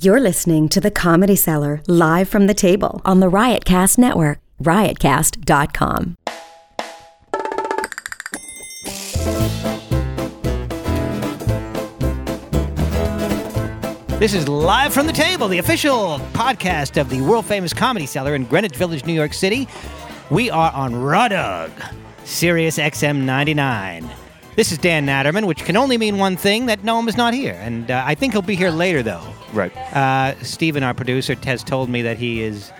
You're listening to The Comedy Cellar live from the table on the Riotcast Network, riotcast.com. This is Live from the Table, the official podcast of the world famous comedy cellar in Greenwich Village, New York City. We are on Raw Dog, Sirius XM 99. This is Dan Natterman, which can only mean one thing that Noam is not here. And uh, I think he'll be here later, though. Right. Uh, Steven, our producer, has told me that he is.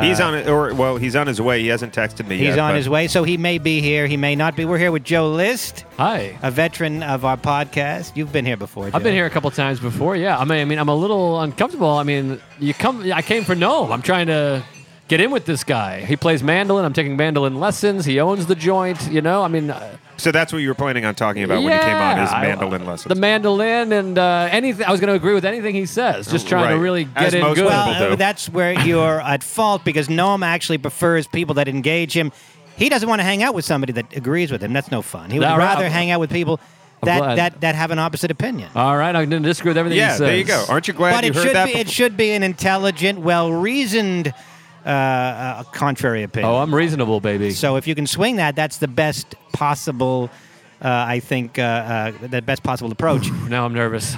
he's on it, or well, he's on his way. He hasn't texted me. Uh, He's yet, on but his way, so he may be here. He may not be. We're here with Joe List, Hi. a veteran of our podcast. You've been here before. Joe. I've been here a couple times before. Yeah. I mean, I mean, I'm a little uncomfortable. I mean, you come. I came for no. I'm trying to get in with this guy. He plays mandolin. I'm taking mandolin lessons. He owns the joint. You know. I mean, uh, So that's what you were planning on talking about yeah. when you came on his I- mandolin uh, lessons. The mandolin and uh, anything. I was going to agree with anything he says. Just trying to Right. really get As in most good. people Well, do. uh, that's where you're at fault because Noam actually prefers people that engage him. He doesn't want to hang out with somebody that agrees with him. That's no fun. He would All right. rather hang out with people I'm that, glad. that, that have an opposite opinion. All right. I'm going to disagree with everything he yeah, says. there you go. Aren't you glad but you it heard should that? be before? it should be an intelligent, well reasoned, uh, uh, contrary opinion. Oh, I'm reasonable, baby. so if you can swing that, that's the best possible. Uh, I think uh, uh, the best possible approach, now I'm nervous.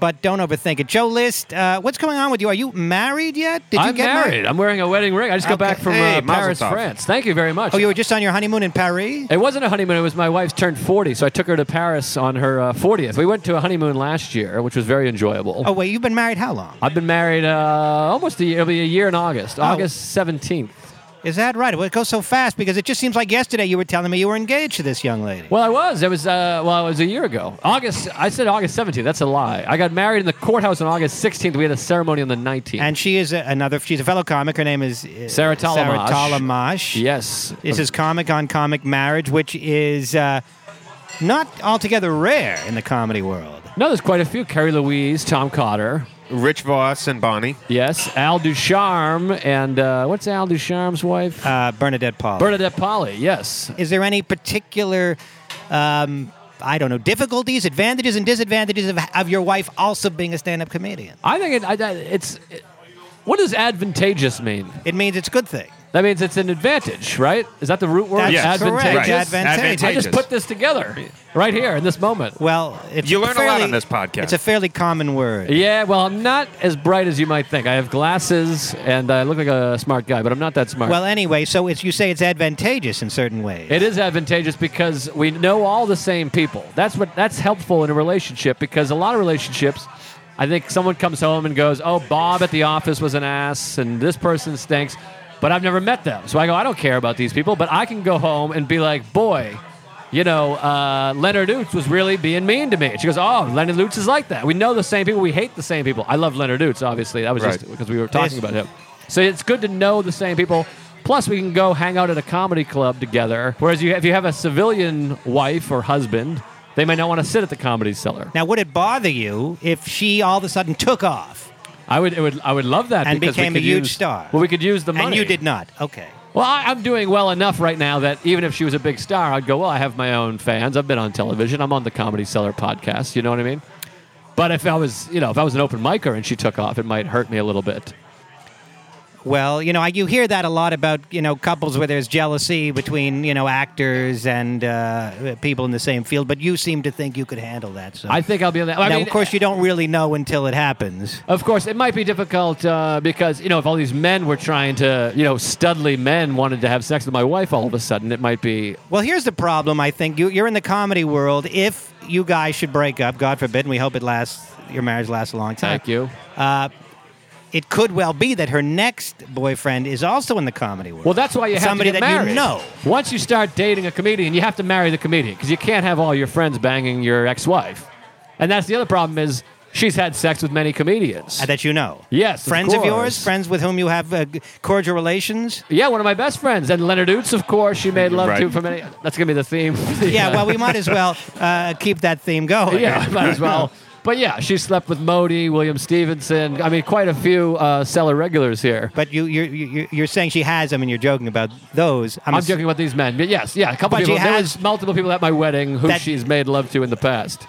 but don't overthink it. Joe List, uh, what's going on with you? Are you married yet? Did you I'm get married. I'm wearing a wedding ring. I just got Okay. back from Hey, uh, mazel Paris, tov. France. Thank you very much. Oh, you were just on your honeymoon in Paris. It wasn't a honeymoon. It was my wife's turned 40, so I took her to Paris on her uh, 40th. We went to a honeymoon last year, which was very enjoyable. Oh wait, you've been married how long? I've been married uh, almost a year. It'll be a year in Oh. August, August 17th. Is that right? Well, it goes so fast because it just seems like yesterday you were telling me you were engaged to this young lady. Well, I was. It was. Uh, well, it was a year ago. August. I said August 17th. That's a lie. I got married in the courthouse on August 16th. We had a ceremony on the 19th. And she is a, another. She's a fellow comic. Her name is uh, Sarah Talamash. Sarah Talamash. yes. This is comic on comic marriage, which is uh, not altogether rare in the comedy world. No, there's quite a few. Carrie Louise, Tom Cotter. Rich Voss and Bonnie. Yes, Al Ducharme, and uh, what's Al Ducharme's wife? Uh, Bernadette Paul. Bernadette Polly. Yes, is there any particular? Um, I don't know, difficulties, advantages, and disadvantages of, of your wife also being a stand up comedian. I think it, I, I- it's. It, what does advantageous mean? It means it's a good thing. That means it's an advantage, right? Is that the root word? That's Yes. correct. Advantageous. Advantageous. I just put this together right here in this moment. Well, it's You learn a lot fairly- on this podcast. It's a fairly common word. Yeah, well, I'm not as bright as you might think. I have glasses and I look like a smart guy, but I'm not that smart. Well, anyway, so it's you say it's advantageous in certain ways. it is advantageous because we know all the same people. That's what that's helpful in a relationship because a lot of relationships I think someone comes home and goes, "Oh, Bob at the office was an ass and this person stinks." But I've never met them. So I go, "I don't care about these people, but I can go home and be like, "Boy, you know, uh, Leonard Lutz was really being mean to me. She goes, Oh, Leonard Lutz is like that. We know the same people. We hate the same people. I love Leonard Lutz, obviously. That was Right. just because we were talking Yes. about him. So it's good to know the same people. Plus, we can go hang out at a comedy club together. Whereas you, if you have a civilian wife or husband, they may not want to sit at the comedy cellar. Now, would it bother you if she all of a sudden took off I would, it would, I would love that And because became we a could huge use- star. Well, we could use the money. and you did not? Okay. Well, I, I'm doing well enough right now that even if she was a big star, I'd go, well, I have my own fans. I've been on television. I'm on the Comedy Cellar podcast. You know what I mean? But if I was, you know, if I was an open micer and she took off, it might hurt me a little bit. Well, you know, I- you hear that a lot about you know couples where there's jealousy between you know actors and uh, people in the same field, but you seem to think you could handle that. So I think I'll be on that. I now, mean, of course, you don't really know until it happens. Of course, it might be difficult uh, because you know if all these men were trying to, you know, studly men wanted to have sex with my wife all of a sudden, it might be. Well, here's the problem. I think you, you're in the comedy world. If you guys should break up, God forbid, and we hope it lasts, your marriage lasts a long time. Thank you. It could well be that her next boyfriend is also in the comedy world. Well, that's why you have somebody to get that married. you know. Once you start dating a comedian, you have to marry the comedian because you can't have all your friends banging your ex-wife. And that's the other problem is she's had sex with many comedians. Uh, That you know. Yes, of friends of, yours, course. friends with whom you have uh, g- cordial relations. yeah, one of my best friends and Leonard Oots, of course, she made love Right. to for many. That's gonna be the theme. Yeah, well, we might as well uh, keep that theme going. yeah, might as well. But yeah, she slept with Modi, William Stevenson. I mean, quite a few uh, cellar regulars here. But you, you're, you're, you're saying she has them, and you're joking about those. I'm ass- joking about these men, but yes, yeah, a couple But she people. There has- was multiple people at my wedding who That- she's made love to in the past.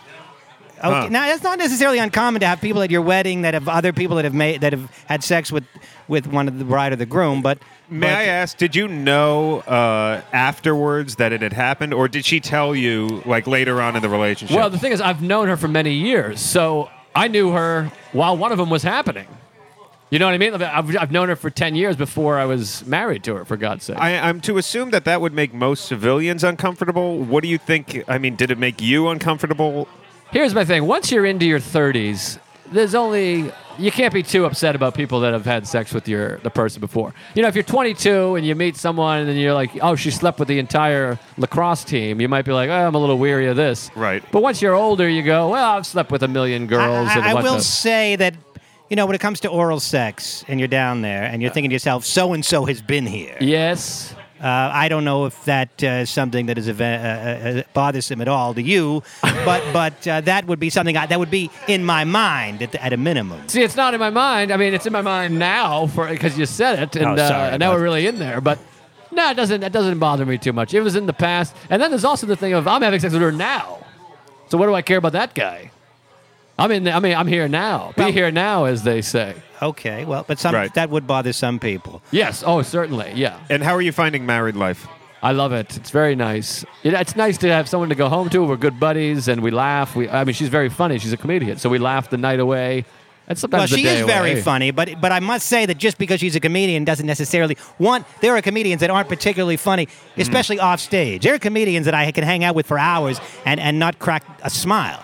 Okay. Huh. Now that's not necessarily uncommon to have people at your wedding that have other people that have made that have had sex with with one of the bride or the groom. But May I ask, did you know uh, afterwards that it had happened, or did she tell you like later on in the relationship? Well, the thing is, I've known her for many years, so I knew her while one of them was happening. You know what I mean? I've, I've known her for 10 years before I was married to her, for God's sake. I, I'm to assume that that would make most civilians uncomfortable. What do you think? I mean, did it make you uncomfortable? Here's my thing once you're into your 30s, there's only. You can't be too upset about people that have had sex with your the person before. You know, if you're 22 and you meet someone and you're like, "Oh, she slept with the entire lacrosse team," you might be like, oh, "I'm a little weary of this." Right. But once you're older, you go, "Well, I've slept with a million girls." I, and I what will the- say that you know when it comes to oral sex, and you're down there and you're thinking to yourself, so and so has been here. Yes. Uh, I don't know if that uh, is something that is event, uh, uh, bothersome at all to you, but but uh, that would be something I, that would be in my mind at, the, at a minimum. See, it's not in my mind. I mean, it's in my mind now for because you said it, and, Oh, sorry uh, and now about we're really in there. But no, it doesn't. That doesn't bother me too much. It was in the past, and then there's also the thing of I'm having sex with her now. So what do I care about that guy? I'm in. I mean, I'm here now. Be Well- here now, as they say. Okay, well, but some Right. that would bother some people. Yes. Oh, certainly. Yeah. And how are you finding married life? I love it. It's very nice. It, it's nice to have someone to go home to. We're good buddies, and we laugh. We. I mean, she's very funny. She's a comedian, so we laugh the night away, and sometimes Well, the she day is very away. funny, but but I must say that just because she's a comedian doesn't necessarily one. There are comedians that aren't particularly funny, especially off stage. There are comedians that I can hang out with for hours and, and not crack a smile.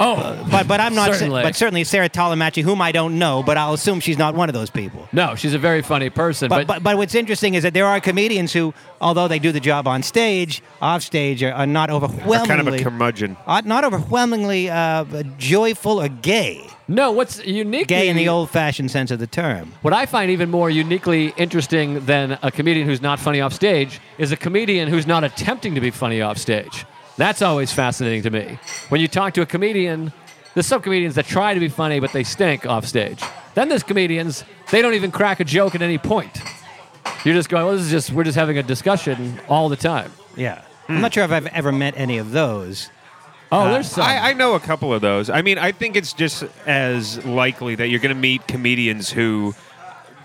Oh, But but I'm not. Certainly. But certainly Sarah Talamachi, whom I don't know, but I'll assume she's not one of those people. no, she's a very funny person. But, but, but what's interesting is that there are comedians who, although they do the job on stage, off stage are, are not Or overwhelmingly kind of a curmudgeon. are not overwhelmingly uh, joyful or gay, No, what's unique? gay in the old-fashioned sense of the term. What I find even more uniquely interesting than a comedian who's not funny off stage is a comedian who's not attempting to be funny off stage. That's always fascinating to me. When you talk to a comedian, there's some comedians that try to be funny but they stink off stage. Then there's comedians they don't even crack a joke at any point. You're just going, well, this is just we're just having a discussion all the time. Yeah, I'm not sure if I've ever met any of those. Oh, Uh, there's some. I, I know a couple of those. I mean, I think it's just as likely that you're going to meet comedians who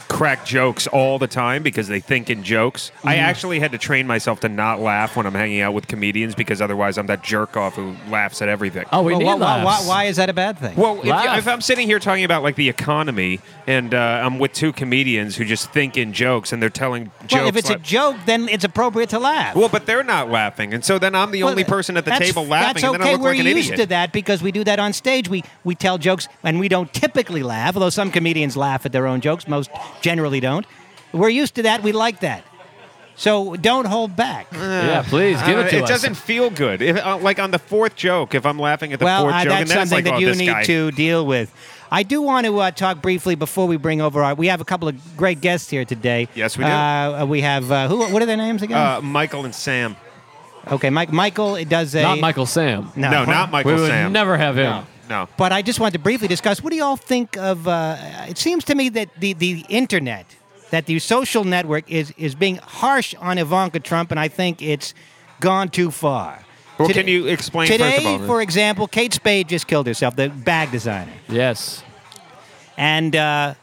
crack jokes all the time because they think in jokes. I Mm-hmm. actually had to train myself to not laugh when I'm hanging out with comedians because otherwise I'm that jerk off who laughs at everything. oh, we Well, need why, why, why, laughs. why is that a bad thing? Well, if, you- Laugh. if I'm sitting here talking about like the economy, and uh, I'm with two comedians who just think in jokes and they're telling jokes. Well, if it's a like- joke, then it's appropriate to laugh. well, but they're not laughing, and so then I'm the Well, only person at the that's- table laughing, That's okay. and then I look We're like an used idiot. to that because we do that on stage. We we tell jokes and we don't typically laugh, although some comedians laugh at their own jokes. Most generally don't. We're used to that. We like that. So don't hold back. yeah, please give Uh, it to us. doesn't feel good. If, uh, like on the fourth joke, if I'm laughing at the well, fourth uh, joke, that's and then it's something like, that oh, you this need guy. to deal with. I do want to uh, talk briefly before we bring over our. We have a couple of great guests here today. Yes, we do. Uh, we have uh, who? What are their names again? Uh, Michael and Sam. okay, Mike. Michael it does a not Michael Sam. No, No, not we Michael would Sam. never have him. No. But I just want to briefly discuss what do y'all think of? Uh, it seems to me that the, the internet, that the social network is is being harsh on Ivanka Trump, and I think it's gone too far. Well, can you explain first today, of all, then? for example, Kate Spade just killed herself, the bag designer, Yes. and uh,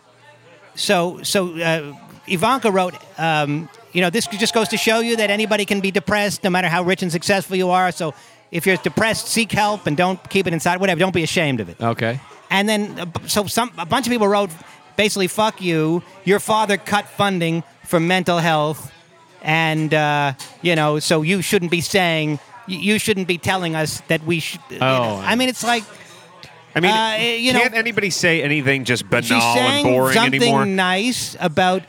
so so uh, Ivanka wrote. Um, you know, this just goes to show you that anybody can be depressed, no matter how rich and successful you are. So, if you're depressed, seek help and don't keep it inside. Whatever, don't be ashamed of it. Okay. And then, uh, b- so some a bunch of people wrote, basically, "Fuck you." Your father cut funding for mental health, and uh, you know, so you shouldn't be saying, y- you shouldn't be telling us that we should. you know. Oh. I mean, it's like I mean, uh, you know- can't anybody say anything just banal she's saying and boring something anymore? nice about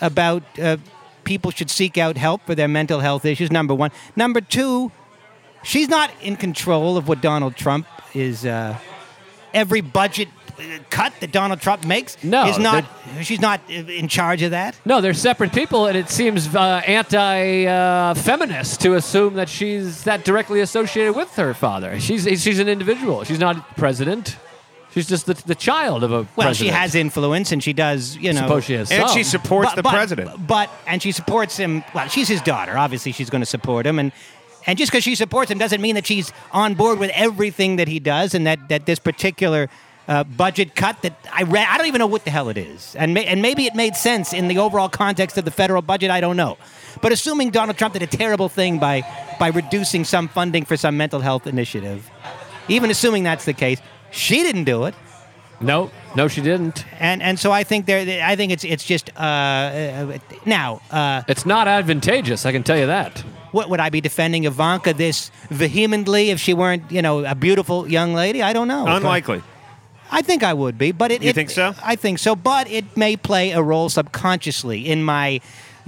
about uh, people should seek out help for their mental health issues. Number one. Number two, she's not in control of what Donald Trump is. Uh, every budget uh, cut that Donald Trump makes No, is not. she's not uh, in charge of that. No, they're separate people, and it seems uh, anti-feminist to assume that she's that directly associated with her father. She's she's an individual. She's not president. She's just the, the child of a. Well, she president. has influence, and she does. You know, Suppose she has and some. she supports But- the but- president. But and she supports him. Well, she's his daughter. Obviously, she's going to support him, and And just because she supports him doesn't mean that she's on board with everything that he does, and that that this particular uh, budget cut that I read, I don't even know what the hell it is, and may, and maybe it made sense in the overall context of the federal budget. I don't know, but assuming Donald Trump did a terrible thing by by reducing some funding for some mental health initiative, even assuming that's the case, she didn't do it No, no, she didn't. and and so I think there, I think it's it's just uh, uh, now. Uh, It's not advantageous. I can tell you that. what would I be defending Ivanka this vehemently if she weren't you know a beautiful young lady? I don't know. Unlikely. I think I would be, but it. You it- think so? I think so, but it may play a role subconsciously in my,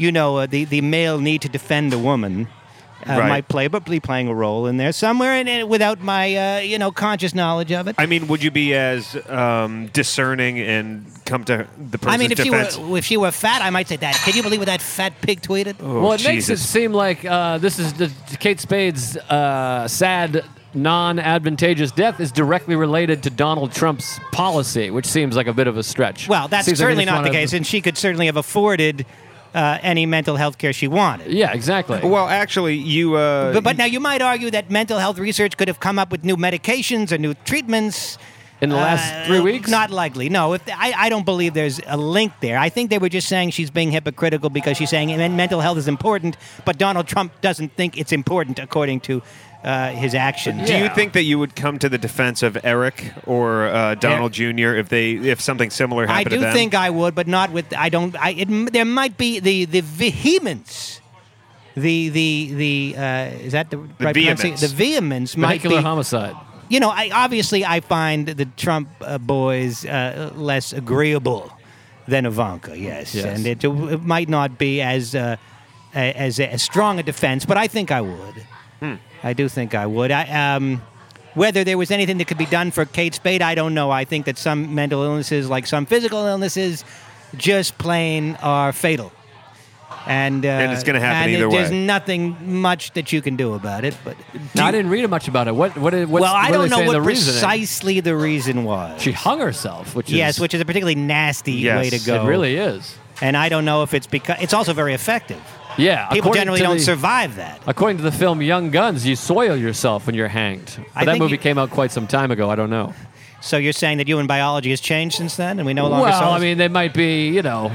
you know, uh, the the male need to defend a woman. Uh, Right. Might play, but be playing a role in there somewhere, and it without my, uh, you know, conscious knowledge of it. I mean, would you be as um, discerning and come to the person's I mean, if defense? Oh, she were if she were fat, I might say that. Can you believe what that fat pig tweeted? well, it makes it Jesus. seem like uh, this is the Kate Spade's uh, sad, non-advantageous death is directly related to Donald Trump's policy, which seems like a bit of a stretch. Well, that's Seems like certainly they just not the wanna- case, and she could certainly have afforded uh, any mental health care she wanted. Yeah, exactly. well, actually, you. Uh, But, but now you might argue that mental health research could have come up with new medications or new treatments. In the last Uh, three weeks, Not likely. No, if I, I don't believe there's a link there. I think they were just saying she's being hypocritical because she's saying "Men- mental health is important, but Donald Trump doesn't think it's important according to uh, his actions. do you yeah. think that you would come to the defense of Eric or uh, Donald Jr. if they if something similar I happened do to them? think I would, but not with. I don't. I it, m- there might be the the vehemence, the the the uh, is that the, right vehemence. pronunciation? The vehemence might be. vehicular homicide. you know, I obviously I find the Trump uh, boys uh, less agreeable than Ivanka. Yes, Yes. and it, it might not be as uh, a- as as strong a defense, but I think I would. Hmm. I do think I would. I um. Whether there was anything that could be done for Kate Spade, I don't know. I think that some mental illnesses, like some physical illnesses, just plain are fatal, and uh, And it's gonna happen and either There's way. nothing much that you can do about it. But No, I didn't read much about it. What? What? What's, well, I what are don't they know saying what the reason is? precisely the reason was. She hung herself, which is yes, which is a particularly nasty Yes, way to go. it really is. And I don't know if it's because it's also very effective. Yeah, People according generally to don't the- survive that. According to the film Young Guns, you soil yourself when you're hanged. But I that think movie you- came out quite some time ago. I don't know. So you're saying that human biology has changed since then, and we no longer. well, solve- I mean, they might be, you know,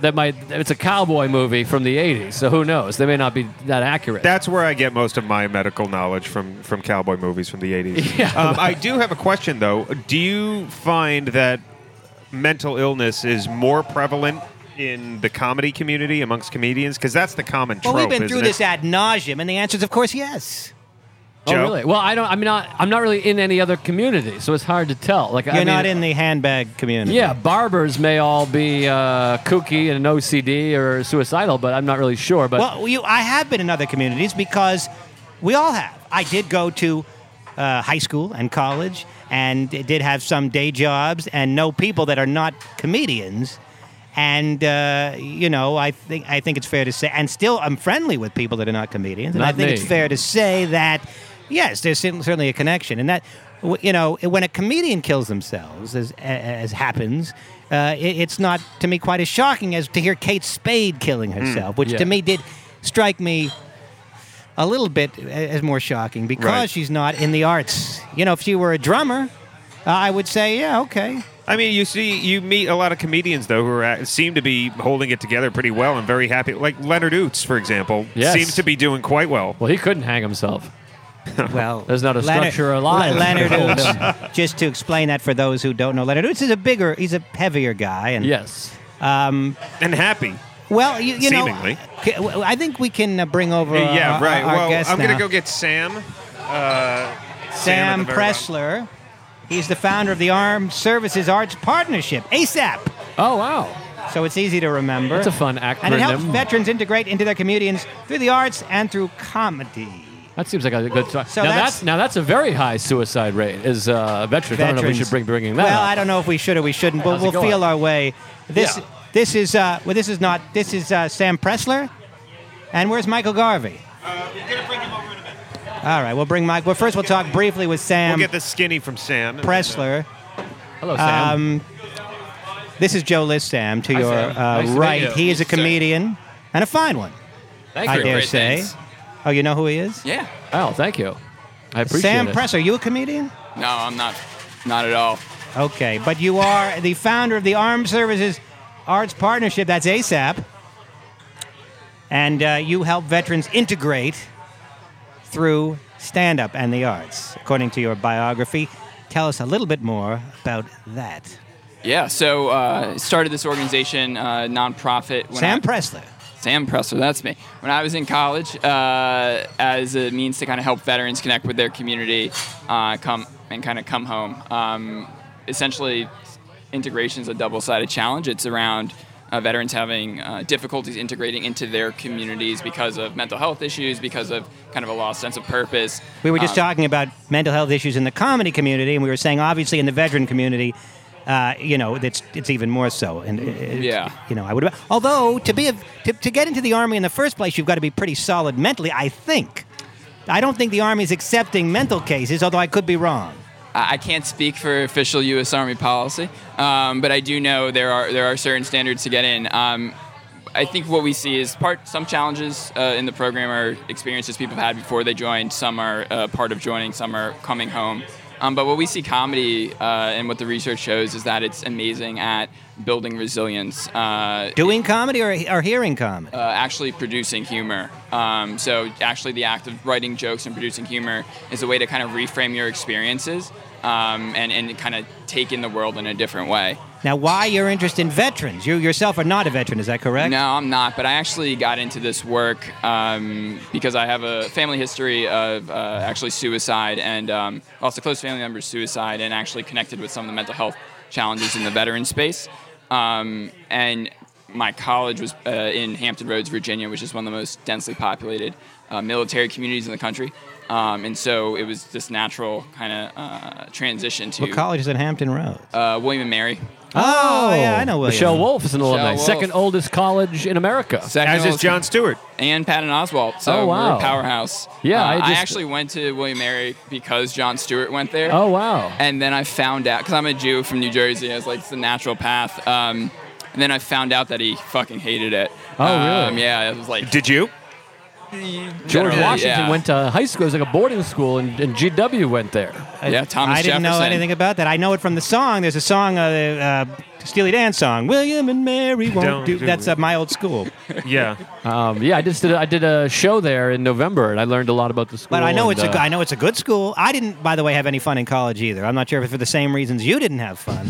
that might. It's a cowboy movie from the '80s, so who knows? They may not be that accurate. That's where I get most of my medical knowledge from from cowboy movies from the 80s. Yeah. Um, I do have a question though. Do you find that mental illness is more prevalent in the comedy community amongst comedians because that's the common well, trope. we've been isn't through it? this ad nauseum, and the answer is, of course, yes. oh, Joe? really? Well, I don't. I'm not. I'm not really in any other community, so it's hard to tell. Like, You're I mean, not in the handbag community. Yeah, barbers may all be uh, kooky and OCD or suicidal, but I'm not really sure. But Well, you, I have been in other communities because we all have. I did go to uh, high school and college and did have some day jobs and know people that are not comedians. And uh, you know, I think I think it's fair to say, and still, I'm friendly with people that are not comedians. And I Not think me. it's fair to say that yes, there's cer- certainly a connection, and that w- you know, when a comedian kills themselves, as as happens, uh, it, it's not to me quite as shocking as to hear Kate Spade killing herself, which Hmm, yeah. to me did strike me a little bit a- as more shocking because Right. she's not in the arts. You know, if she were a drummer, uh, I would say, yeah, okay. I mean, you see, you meet a lot of comedians though who are, at- seem to be holding it together pretty well and very happy. Like Leonard Oots, for example, Yes. seems to be doing quite well. well, he couldn't hang himself. Well, There's not a structure alive. Leonard Oots, just to explain that for those who don't know, Leonard Oots is a bigger, he's a heavier guy, and Yes. and happy. well, you, you know, Seemingly. c- w- I think we can uh, bring over. uh, yeah, our- right. Our, well, guest I'm gonna now. go get Sam. Sam at Sam the very Pressler. He's the founder of the Armed Services Arts Partnership, ASAP. Oh wow. so it's easy to remember. That's a fun acronym. And it helps veterans integrate into their communities through the arts and through comedy. That seems like a good. Try. So now that's- that's, now that's a very high suicide rate. Is uh, veterans. I don't know if we should bring bringing that. Well, up. I don't know if we should or we shouldn't, but How's it we'll going? feel our way. This Yeah. this is uh, well, this is not this is uh, Sam Pressler, and where's Michael Garvey? Uh, All right, we'll bring Mike. Well, first we'll talk briefly with We'll Sam get the skinny from Sam. Pressler. Hello, Sam. um, This is Joe List, Sam, to Hi, your Sam. Uh, Nice to meet right. you. He is a Sir. comedian and a fine one. Thank I you. dare Great, say. thanks. Oh, you know who he is? Yeah. Oh, thank you. I appreciate Sam it. Press. Are you a comedian? No, I'm not. Not at all. Okay, but you are the founder of the Armed Services Arts Partnership. That's ASAP, and uh, you help veterans integrate through stand-up and the arts, according to your biography. Tell us a little bit more about that, Yeah. So uh, started this organization, uh, nonprofit. When Sam I- Presley. Sam Presser, that's me. When I was in college, uh, as a means to kind of help veterans connect with their community, uh, come and kind of come home. Um, essentially, integration is a double-sided challenge. It's around uh, veterans having uh, difficulties integrating into their communities because of mental health issues, because of kind of a lost sense of purpose. We were just Um, talking about mental health issues in the comedy community, and we were saying obviously in the veteran community, uh, you know, it's it's even more so. And it- Yeah. you know, I would. Although to be a, to, to get into the army in the first place, you've got to be pretty solid mentally. I think. I don't think the army is accepting mental cases, although I could be wrong. I I can't speak for official U.S. Army policy, um, but I do know there are there are certain standards to get in. Um, I think what we see is part some challenges uh, in the program are experiences people have had before they joined. Some are uh, part of joining. Some are coming home. Um, but what we see comedy uh, and what the research shows is that it's amazing at building resilience. Uh, Doing comedy or, or hearing comedy? uh, actually producing humor. Um, so actually, the act of writing jokes and producing humor is a way to kind of reframe your experiences um, and and kind of take in the world in a different way. now, why your interest in veterans? You yourself are not a veteran, is that correct? No, I'm not. But I actually got into this work um, because I have a family history of uh, actually suicide and um, also close family members suicide, and actually connected with some of the mental health challenges in the veteran space. Um, and my college was uh, in Hampton Roads, Virginia, which is one of the most densely populated uh, military communities in the country. Um, and so it was this natural kind of uh, transition to What college is in Hampton Roads? uh, William and Mary. oh, yeah, I know William. Michelle Wolf is an alumni, Wolf. second oldest college in America. Second As is oldest- John Stewart. and Patton Oswalt. So Oh, we're wow. a powerhouse. Yeah, Uh, I I, just- actually went to William Mary because John Stewart went there. oh wow! And then I found out because I'm a Jew from New Jersey. I was like, it's the natural path. Um, and then I found out that he fucking hated it. Oh, really? Um, yeah, it was like Did you? George generally, Washington yeah. went to high school. It was like a boarding school, and, and GW went there. yeah, Uh, Thomas I didn't know Jefferson. anything about that. I know it from the song. There's a song, uh, uh, Steely Dan song, William and Mary won't Don't do. do That's it. uh, my old school. Yeah. Um, yeah, I just did. A, I did a show there in November, and I learned a lot about the school. But I know and, it's a, uh, g- I know it's a good school. I didn't, by the way, have any fun in college either. I'm not sure if it's for the same reasons you didn't have fun.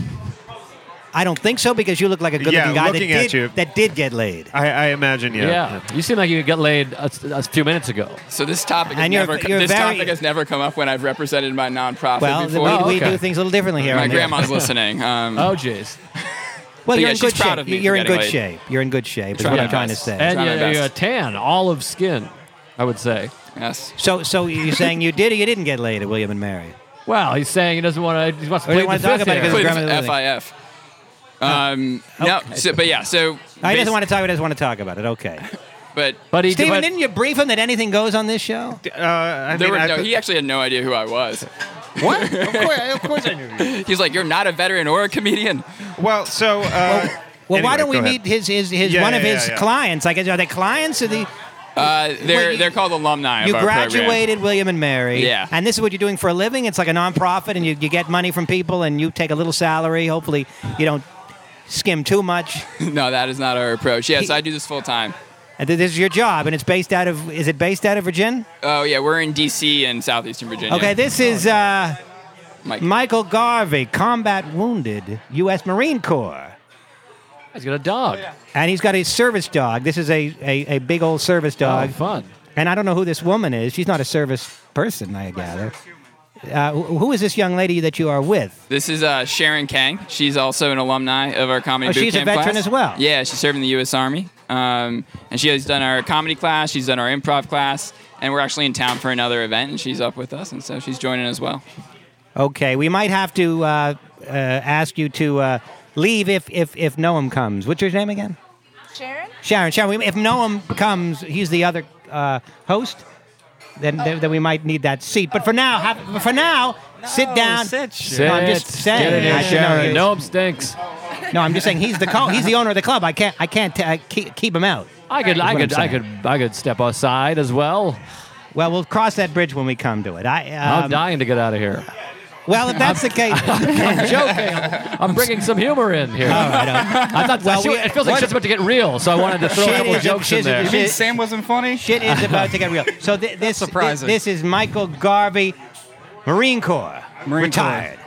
I don't think so because you look like a good-looking Yeah, guy that looking at did, you. that did get laid. I, I imagine, yeah. Yeah. you seem like you got laid a, a few minutes ago. So this topic has And you're- never co- you're this very- topic has never come up when I've represented my nonprofit Well, before. we, we okay. do things a little differently here. my on the- grandma's listening. Um, Oh, jeez. Well, But you're yeah, in she's good proud shape. of me for you're in getting good laid. shape. You're in good shape. Is Try what my I'm trying to best. say. And Try my you, you best. tan, olive skin, I would say. yes. so, so you're saying you did or you didn't get laid at William and Mary? Well, he's saying he doesn't want to. He wants to Or you play the wanna talk fifth about it here. 'cause Please, grandma- FIF. Um, No, so, but yeah, so Oh. I doesn't basi- want to talk. He doesn't want to talk about it. Okay. but But he Steven, but, didn't you brief him that anything goes on this show? Uh, I There mean, were I no, th- he actually had no idea who I was. what? of course, of course I knew. He's like, "You're not a veteran or a comedian." Well, so. Uh, Well, why anyway, don't we go meet ahead. his his, his Yeah, one of yeah, his yeah, yeah. clients? I guess are they clients or the Uh, they're Well, you- they're called alumni. you of our program. graduated William and Mary? Yeah. And this is what you're doing for a living. It's like a nonprofit, and you you get money from people, and you take a little salary. Hopefully, you don't skim too much. No, that is not our approach. Yes, He- I do this full time. And th- this is your job, and it's based out of is it based out of Virginia? Oh yeah, we're in D.C. and southeastern Virginia. Okay, this Oh, is uh, Mike. Michael Garvey, combat wounded, U.S. Marine Corps. He's got a dog. And he's got a service dog. This is a, a, a big old service Oh, dog. fun. And I don't know who this woman is. She's not a service person, I gather. Uh, wh- who is this young lady that you are with? This is uh, Sharon Kang. She's also an alumni of our comedy. Oh, boot she's a camp veteran class. as well. Yeah, she served in the U.S. Army, um, and she has done our comedy class. She's done our improv class, and we're actually in town for another event, and she's up with us, and so she's joining as well. Okay, we might have to uh, uh, ask you to uh, leave if, if, if Noam comes. What's your name again? Sharon? Sharon. Sharon, we- if Noam comes, he's the other uh, host. Then, then, then we might need that seat. But for now, have, for now, sit down. Sit. I'm just saying. Get in I here, didn't know Sharon. you- Noam stinks. No, I'm just saying he's the co- he's the owner of the club. I can't I can't t- I keep, keep him out. I could, I what could, I'm I could, I could step aside as well. Well, we'll cross that bridge when we come to it. I I'm um, dying to get out of here. well, if that's the case, I'm joking. I'm bringing some humor in Oh, here. uh, I thought Well, I see- we- it feels like shit's about to get real, so I wanted to throw a Shit couple is- jokes shit in is- there. shit mean Sam wasn't funny? shit is about to get real. So th- this surprising. This, is Michael Garvey, Marine Corps, Marine Corps. retired.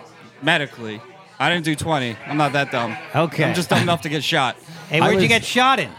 medically. I didn't do 20. I'm not that dumb. Okay. I'm just dumb enough to get shot. Hey, I where'd you was- get shot in?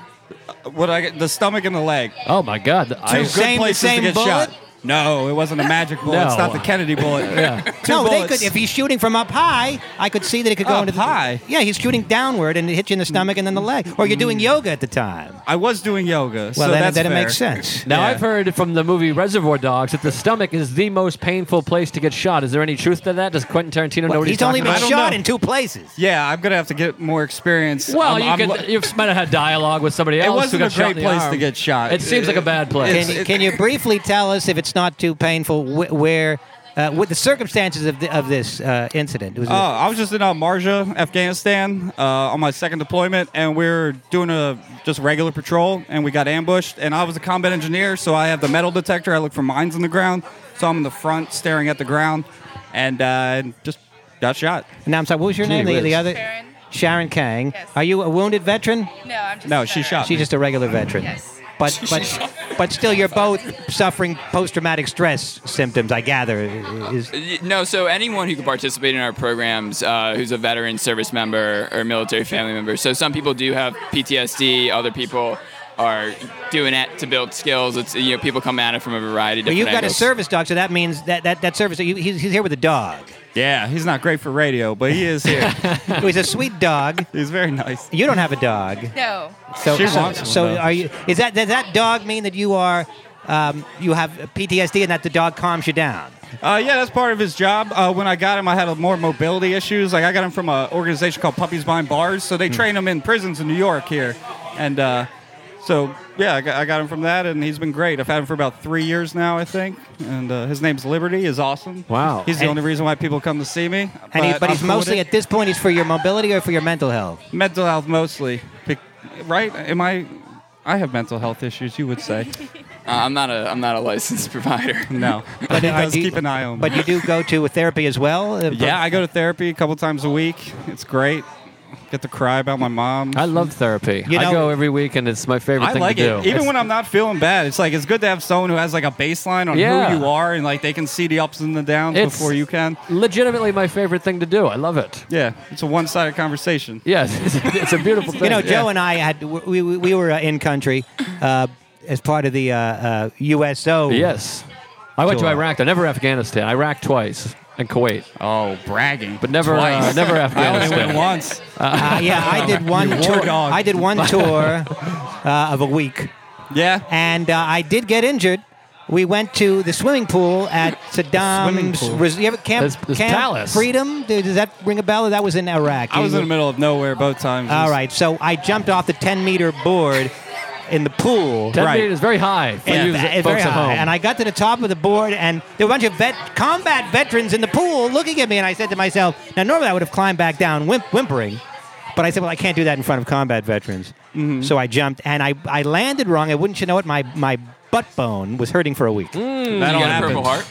What I get, the stomach and the leg. Oh my god! I, Two same- good places same to get bullet? shot. No, it wasn't a magic bullet. No. It's not the Kennedy bullet. Two no, they bullets. could. If he's shooting from up high, I could see that it could go Up into the, high? Yeah, he's shooting downward and it hit you in the stomach and then the leg. Or you're doing yoga at the time. I was doing yoga, Well, Hmm. so then, that's then it fair. makes sense. now Yeah. I've heard from the movie Reservoir Dogs that the stomach is the most painful place to get shot. Is there any truth to that? Does Quentin Tarantino know what he's, he's only talking been about- I about? don't shot know. in two places. Yeah, I'm gonna have to get more experience. Well, I'm- you I'm could, lo- you might have had dialogue with somebody else. it who wasn't got a shot in great the place to arm. get shot. It seems like a bad place. It's- Can you, can you briefly tell us if it's not too painful wh- where, uh, with the circumstances of, the, of this uh, incident? Was it- Oh, I was just in uh, Marja, Afghanistan, uh, on my second deployment, and we were doing a just regular patrol, and we got ambushed. And I was a combat engineer, so I have the metal detector. I look for mines in the ground, so I'm in the front staring at the ground, and uh, just got shot. Now I'm sorry. What was your name? The, whiz. the other Sharon. Sharon Kang. Yes. Are you a wounded veteran? No, I'm just. No, she sorry. shot. She's just a regular veteran. Yes. But but but still, you're both suffering post-traumatic stress symptoms. I gather. Is, Y- No, so anyone who can participate in our programs uh, who's a veteran service member or military family member. So some people do have PTSD, other people are doing it to build skills. It's you know people come at it from a variety of but different you've got a angles. service dog, so that means that that, that service. You, he's, he's here with a dog. Yeah, he's not great for radio, but he is here. He's a sweet dog. he's very nice. You don't have a dog. No. So She so, wants one, so though. are you? Is that does that dog mean that you are? Um, you have PTSD and that the dog calms you down. Uh, yeah, that's part of his job. Uh, when I got him, I had a more mobility issues. Like I got him from an organization called Puppies Behind Bars, so Hmm. they train him in prisons in New York here, and uh, so yeah, I got, I got him from that, and he's been great. I've had him for about three years now, I think, and uh, his name's Liberty. is awesome. Wow. he's the And- only reason why people come to see me. And he, but I'm he's cool with mostly it. at this point. He's for your mobility or for your mental health. mental health, mostly. Bec- Right? Am I? I have mental health issues. You would say Uh, I'm not a I'm not a licensed provider. no, but he uh, does do you- keep an eye on. me. But you do go to a therapy as well. Uh, Yeah, I go to therapy a couple times a week. It's great. Get to cry about my mom. I love therapy. You know- I go every week, and it's my favorite I thing like to it. do. Even when I'm not feeling bad, it's like it's good to have someone who has like a baseline on Yeah. who you are and like they can see the ups and the downs It's- before you can. legitimately my favorite thing to do. I love it. Yeah, it's a one-sided conversation. Yes, it's, it's a beautiful thing. You know, Joe and I had we we, we were uh, in country uh, as part of the uh, uh, USO. Yes. I went to Sure. Iraq. though. never Afghanistan. Iraq twice and Kuwait, Oh, bragging! but never uh, Twice. never I only went Afghanistan. once. Uh, yeah, I did one war tour. dog. I did one tour uh, of a week, Yeah. and uh, I did get injured. We went to the swimming pool at Swimming Saddam's pool. res- you ever, Camp, This- this Camp palace. Freedom. Dude, Does that ring a bell? That was in Iraq. I was in the middle of nowhere both times. All right, so I jumped off the ten meter board in the pool. Ten Right. million is very high for Yeah, you ve- folks very at high. home. And I got to the top of the board, and there were a bunch of vet, combat veterans in the pool looking at me, and I said to myself, now normally I would have climbed back down whimp, whimpering, but I said, well, I can't do that in front of combat veterans. Mm-hmm. So I jumped, and I, I landed wrong, and wouldn't you know it, my, my butt bone was hurting for a week. Mm-hmm. that You got all a happened. Purple Heart.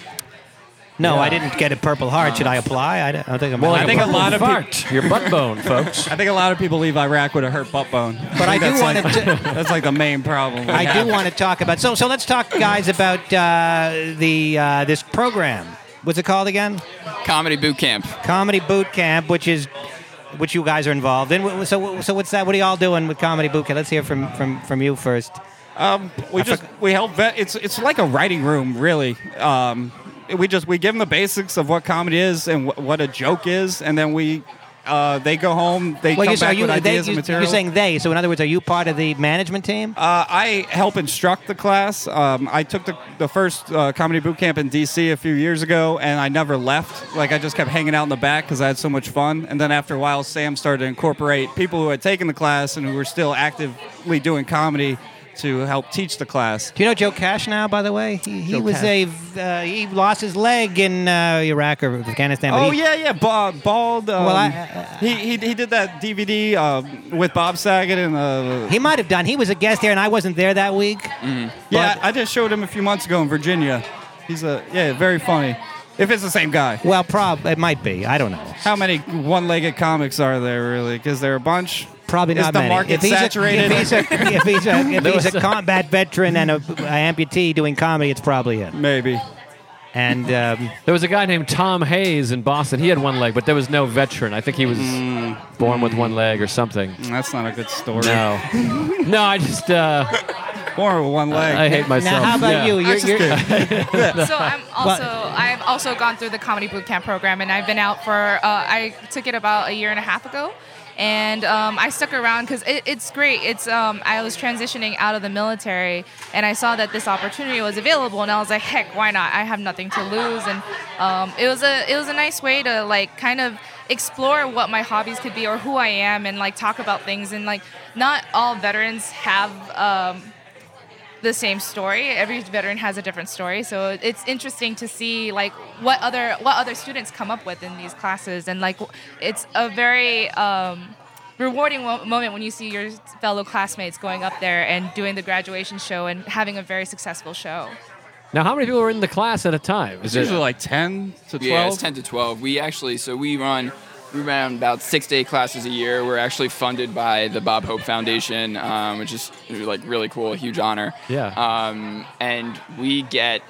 No, I didn't get a Purple Heart. Should I apply? I, don't- I don't think I'm well, I like think a purple lot of fart. your butt bone, folks. I think a lot of people leave Iraq with a hurt butt bone. But I do That's wanna like- t- That's like the main problem. we I have. do want to talk about. So, so let's talk, guys, about uh, the uh, this program. What's it called again? Comedy boot camp. Comedy Boot Camp, which is which you guys are involved in. Wh- So, so what's that? What are y'all doing with Comedy Boot Camp? Let's hear from from from you first. Um, we just we help vet. It's it's like a writing room, really. Um, we just we give them the basics of what comedy is and wh- what a joke is, and then we uh, they go home. They come you, so back with they- ideas you, and material. you're saying they. So, in other words, are you part of the management team? uh, I help instruct the class. Um, I took the, the first uh, comedy boot camp in DC a few years ago, and I never left. Like I just kept hanging out in the back because I had so much fun. And then after a while, Sam started to incorporate people who had taken the class and who were still actively doing comedy to help teach the class. Do you know Joe Cash now? By the way, he, he Joe was Cash. a uh, he lost his leg in uh, Iraq or Afghanistan. but Oh he- yeah, yeah, ba- bald. Um, Well, I- he, he he did that DVD uh, with Bob Saget and uh, He might have done. He was a guest there, and I wasn't there that week. Mm. yeah. I just showed him a few months ago in Virginia. He's a yeah, very funny. If it's the same guy. Well, prob it might be. I don't know. How many one-legged comics are there really? Because there are a bunch. Probably Is not the many. market saturated? A, if he's a, if he's a, if he's a combat veteran and a, a amputee doing comedy, it's probably him. Maybe. And um, There was a guy named Tom Hayes in Boston. He had one leg, but there was no veteran. I think he was born with one leg or something. That's not a good story. No, no, I just uh, Or one leg. I hate myself. now, how about Yeah. you? You're, That's you're- just good. So I'm also I've also gone through the comedy boot camp program, and I've been out for uh, I took it about a year and a half ago, and um, I stuck around because it, it's great. It's um, I was transitioning out of the military, and I saw that this opportunity was available, and I was like, heck, why not? I have nothing to lose, and um, it was a it was a nice way to like kind of explore what my hobbies could be or who I am, and like talk about things, and like not all veterans have. Um, the same story. Every veteran has a different story, so it's interesting to see like what other what other students come up with in these classes, and like it's a very um, rewarding mo- moment when you see your fellow classmates going up there and doing the graduation show and having a very successful show. Now, how many people are in the class at a time? Is It's it- usually like ten to twelve. Yeah, it's 10 to 12. We actually, so we run, we run about six day classes a year. We're actually funded by the Bob Hope Foundation, um, which is like really cool, huge honor. Yeah. Um, and we get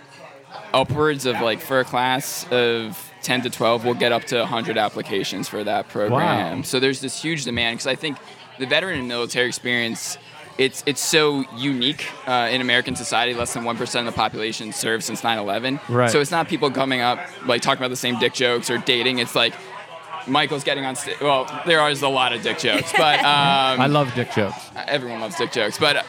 upwards of like for a class of 10 to 12, we'll get up to 100 applications for that program. Wow. So there's this huge demand because I think the veteran and military experience. It's, it's so unique uh, in American society. Less than 1% of the population served since 9 11. Right. So it's not people coming up, like talking about the same dick jokes or dating. It's like Michael's getting on stage. Well, there are a lot of dick jokes, but um, I love dick jokes. everyone loves dick jokes. But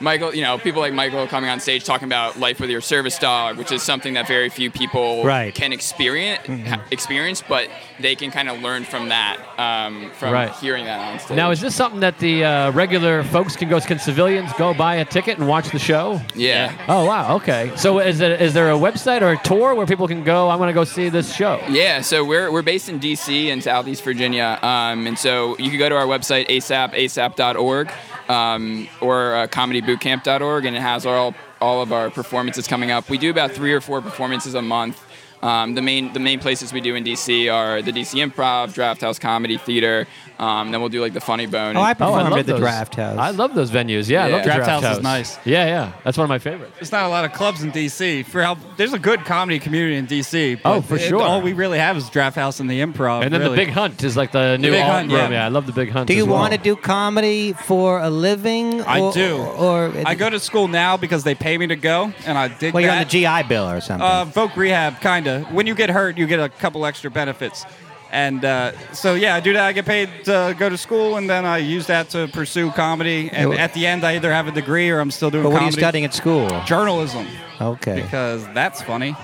Michael, you know, people like Michael coming on stage talking about life with your service dog, which is something that very few people Right. can experience, ha- Mm-hmm. experience, but they can kind of learn from that, um, from Right. hearing that on stage. Now, is this something that the uh, regular folks can go? Can civilians go buy a ticket and watch the show? yeah. Oh wow, okay. So is it is there a website or a tour where people can go? I want to go see this show. Yeah, so we're, we're based in DC and Southeast Virginia. Um, and so you can go to our website, asap, asap.org, um, or uh, comedybootcamp.org, and it has all, all of our performances coming up. We do about three or four performances a month. Um, the main the main places we do in DC are the DC Improv, Draft House Comedy Theater. Um, then we'll do like the Funny Bone. oh, I performed love at the those. Draft House. I love those venues. Yeah, I Yeah. love the Draft draft, House is nice. Yeah, yeah, that's one of my favorites. There's not a lot of clubs in DC. For how there's a good comedy community in DC. but Oh, for it- sure. All we really have is Draft House and the Improv. And then Oh, really. the Big Hunt is like the new Big alt Hunt, room. yeah. Yeah. I love the Big Hunt. do you as well. want to do comedy for a living? I or- do. Or, I go to school now because they pay me to go, and I dig Well, that. you're on the GI Bill or something. Uh, voc rehab, kinda. When you get hurt, you get a couple extra benefits, and uh, so yeah, I do that. I get paid to go to school, and then I use that to pursue comedy. And Yeah, wh- at the end, I either have a degree or I'm still doing. but what are you comedy. studying at school? Journalism, Okay. because that's funny.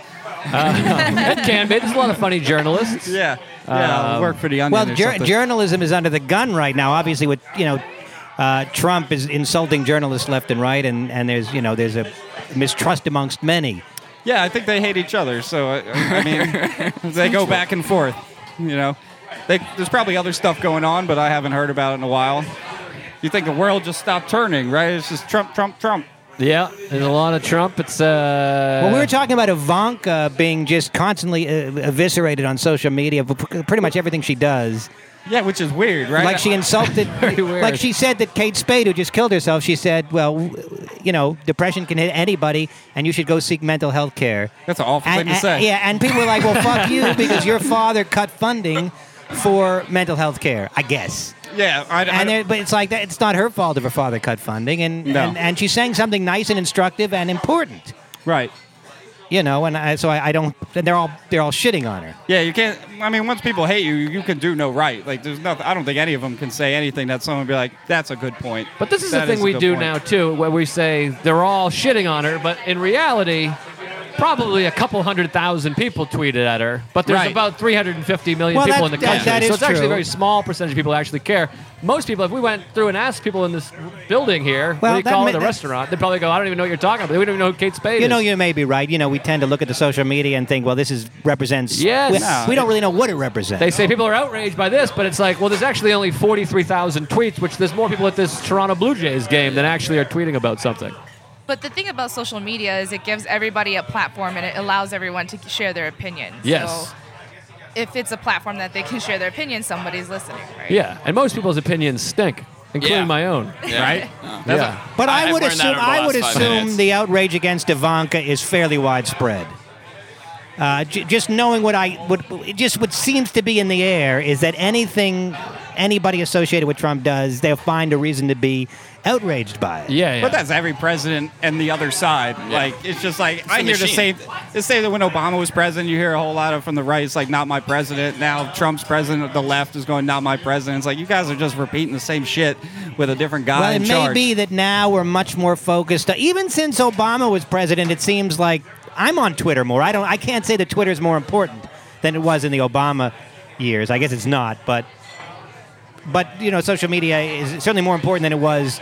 It can be. There's a lot of funny journalists. Yeah, yeah. I'll Um, work for the Onion. Well, or jur- something. journalism is under the gun right now. Obviously, with you know, uh, Trump is insulting journalists left and right, and, and there's you know there's a mistrust amongst many. Yeah, I think they hate each other. So uh, I, I mean, they go back and forth. You know, they, there's probably other stuff going on, but I haven't heard about it in a while. You think the world just stopped turning, right? It's just Trump, Trump, Trump. Yeah, there's a lot of Trump. It's uh. Well, we were talking about Ivanka being just constantly uh, eviscerated on social media for p- pretty much everything she does. Yeah, which is weird, right? Like she insulted, weird. like she said that Kate Spade, who just killed herself, she said, well, w- you know, depression can hit anybody, and you should go seek mental health care. That's an awful And- thing to and- say. Yeah, and people were like, well, fuck you, because your father cut funding for mental health care, I guess. yeah. I, I And don't- there, but it's like that, it's not her fault if her father cut funding, and, No. and and she's saying something nice and instructive and important, right. you know. And I, so I, I don't. And they're all they're all shitting on her. Yeah, you can't. I mean, once people hate you, you can do no right. Like, there's nothing. I don't think any of them can say anything that someone would be like, "That's a good point." But this is That the thing a we good do point." now too, where we say they're all shitting on her, but in reality, probably a couple hundred thousand people tweeted at her, but there's Right. about 350 million Well, people that- in the that- country. that is so it's actually true. a very small percentage of people who actually care. Most people, if we went through and asked people in this building here, Well, what do that you call ma- it, the that- restaurant, they'd probably go, I don't even know what you're talking about. We don't even know who Kate Spade You is. know, you may be right. You know, we tend to look at the social media and think, well, this is represents. Yes. We, No. we don't really know what it represents. They say people are outraged by this, but it's like, well, there's actually only 43,000 tweets, which there's more people at this Toronto Blue Jays game than actually are tweeting about something. But the thing about social media is it gives everybody a platform and it allows everyone to share their opinion. Yes. So if it's a platform that they can share their opinion, somebody's listening, right? Yeah, and most people's opinions stink, including Yeah. my own. Yeah. Right? Uh, that's Yeah. but I- I I've would learned that assume over the I would last five assume minutes. the outrage against Ivanka is fairly widespread. Uh, j- just knowing what I would, just what seems to be in the air is that anything anybody associated with Trump does, they'll find a reason to be outraged by it. Yeah, yeah. But that's every president and the other side. Yeah. Like it's just like a I hear machine. the same. The same that when Obama was president, you hear a whole lot of from the right. It's like not my president. Now Trump's president. The left is going not my president. It's like you guys are just repeating the same shit with a different guy Well, in it may charge. be that now we're much more focused. Uh, Even since Obama was president, it seems like I'm on Twitter more. I don't. I can't say that Twitter's more important than it was in the Obama years. I guess it's not, but but you know, social media is certainly more important than it was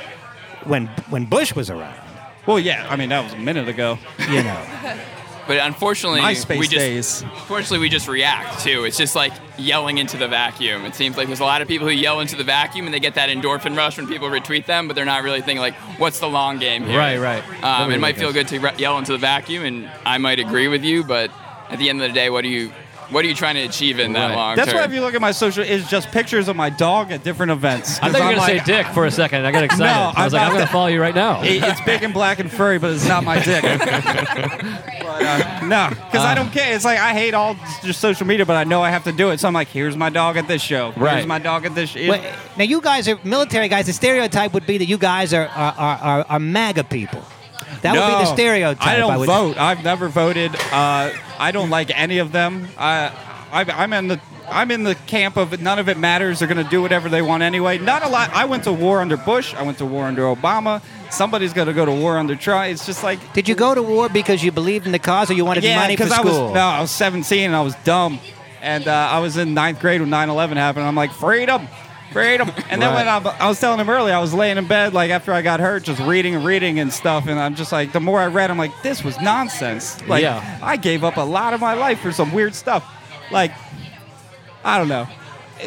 when when Bush was around. Well, yeah. I mean that was a minute ago. You know, But unfortunately, MySpace we just, days. Unfortunately, we just react too. It's just like yelling into the vacuum. It seems like there's a lot of people who yell into the vacuum and they get that endorphin rush when people retweet them, but they're not really thinking like, "What's the long game here?" Right, right. Um, Nobody it might really feel good to re- yell into the vacuum, and I might agree with you, but at the end of the day, what are you, what are you trying to achieve in that Right. long That's term? why if you look at my social, it's just pictures of my dog at different events. I thought you were 'Cause going I'm to like, say dick for a second. I got excited. No, I was like, I'm I'm not- going to follow you right now. It- it's big and black and furry, but it's not my dick. but, uh, no, because I don't care. It's like I hate all s- just social media, but I know I have to do it. So I'm like, here's my dog at this show. Right. Here's my dog at this. Show. Well, now you guys are military guys. The stereotype would be that you guys are are are, are, are MAGA people. That would be the stereotype. I don't would- vote. I've never voted. Uh, I don't like any of them. I, I, I'm in the. I'm in the camp of none of it matters. They're going to do whatever they want anyway. Not a lot. I went to war under Bush. I went to war under Obama. Somebody's going to go to war under Trump. It's just like Did you go to war because you believed in the cause, or you wanted money for I school? was no, I was 17 and I was dumb, and uh, I was in ninth grade when 9/11 happened. I'm like freedom, freedom. And then when I, I was telling him earlier, I was laying in bed like after I got hurt, just reading and reading and stuff. And I'm just like, the more I read, I'm like, this was nonsense. Like Yeah. I gave up a lot of my life for some weird stuff. Like I don't know.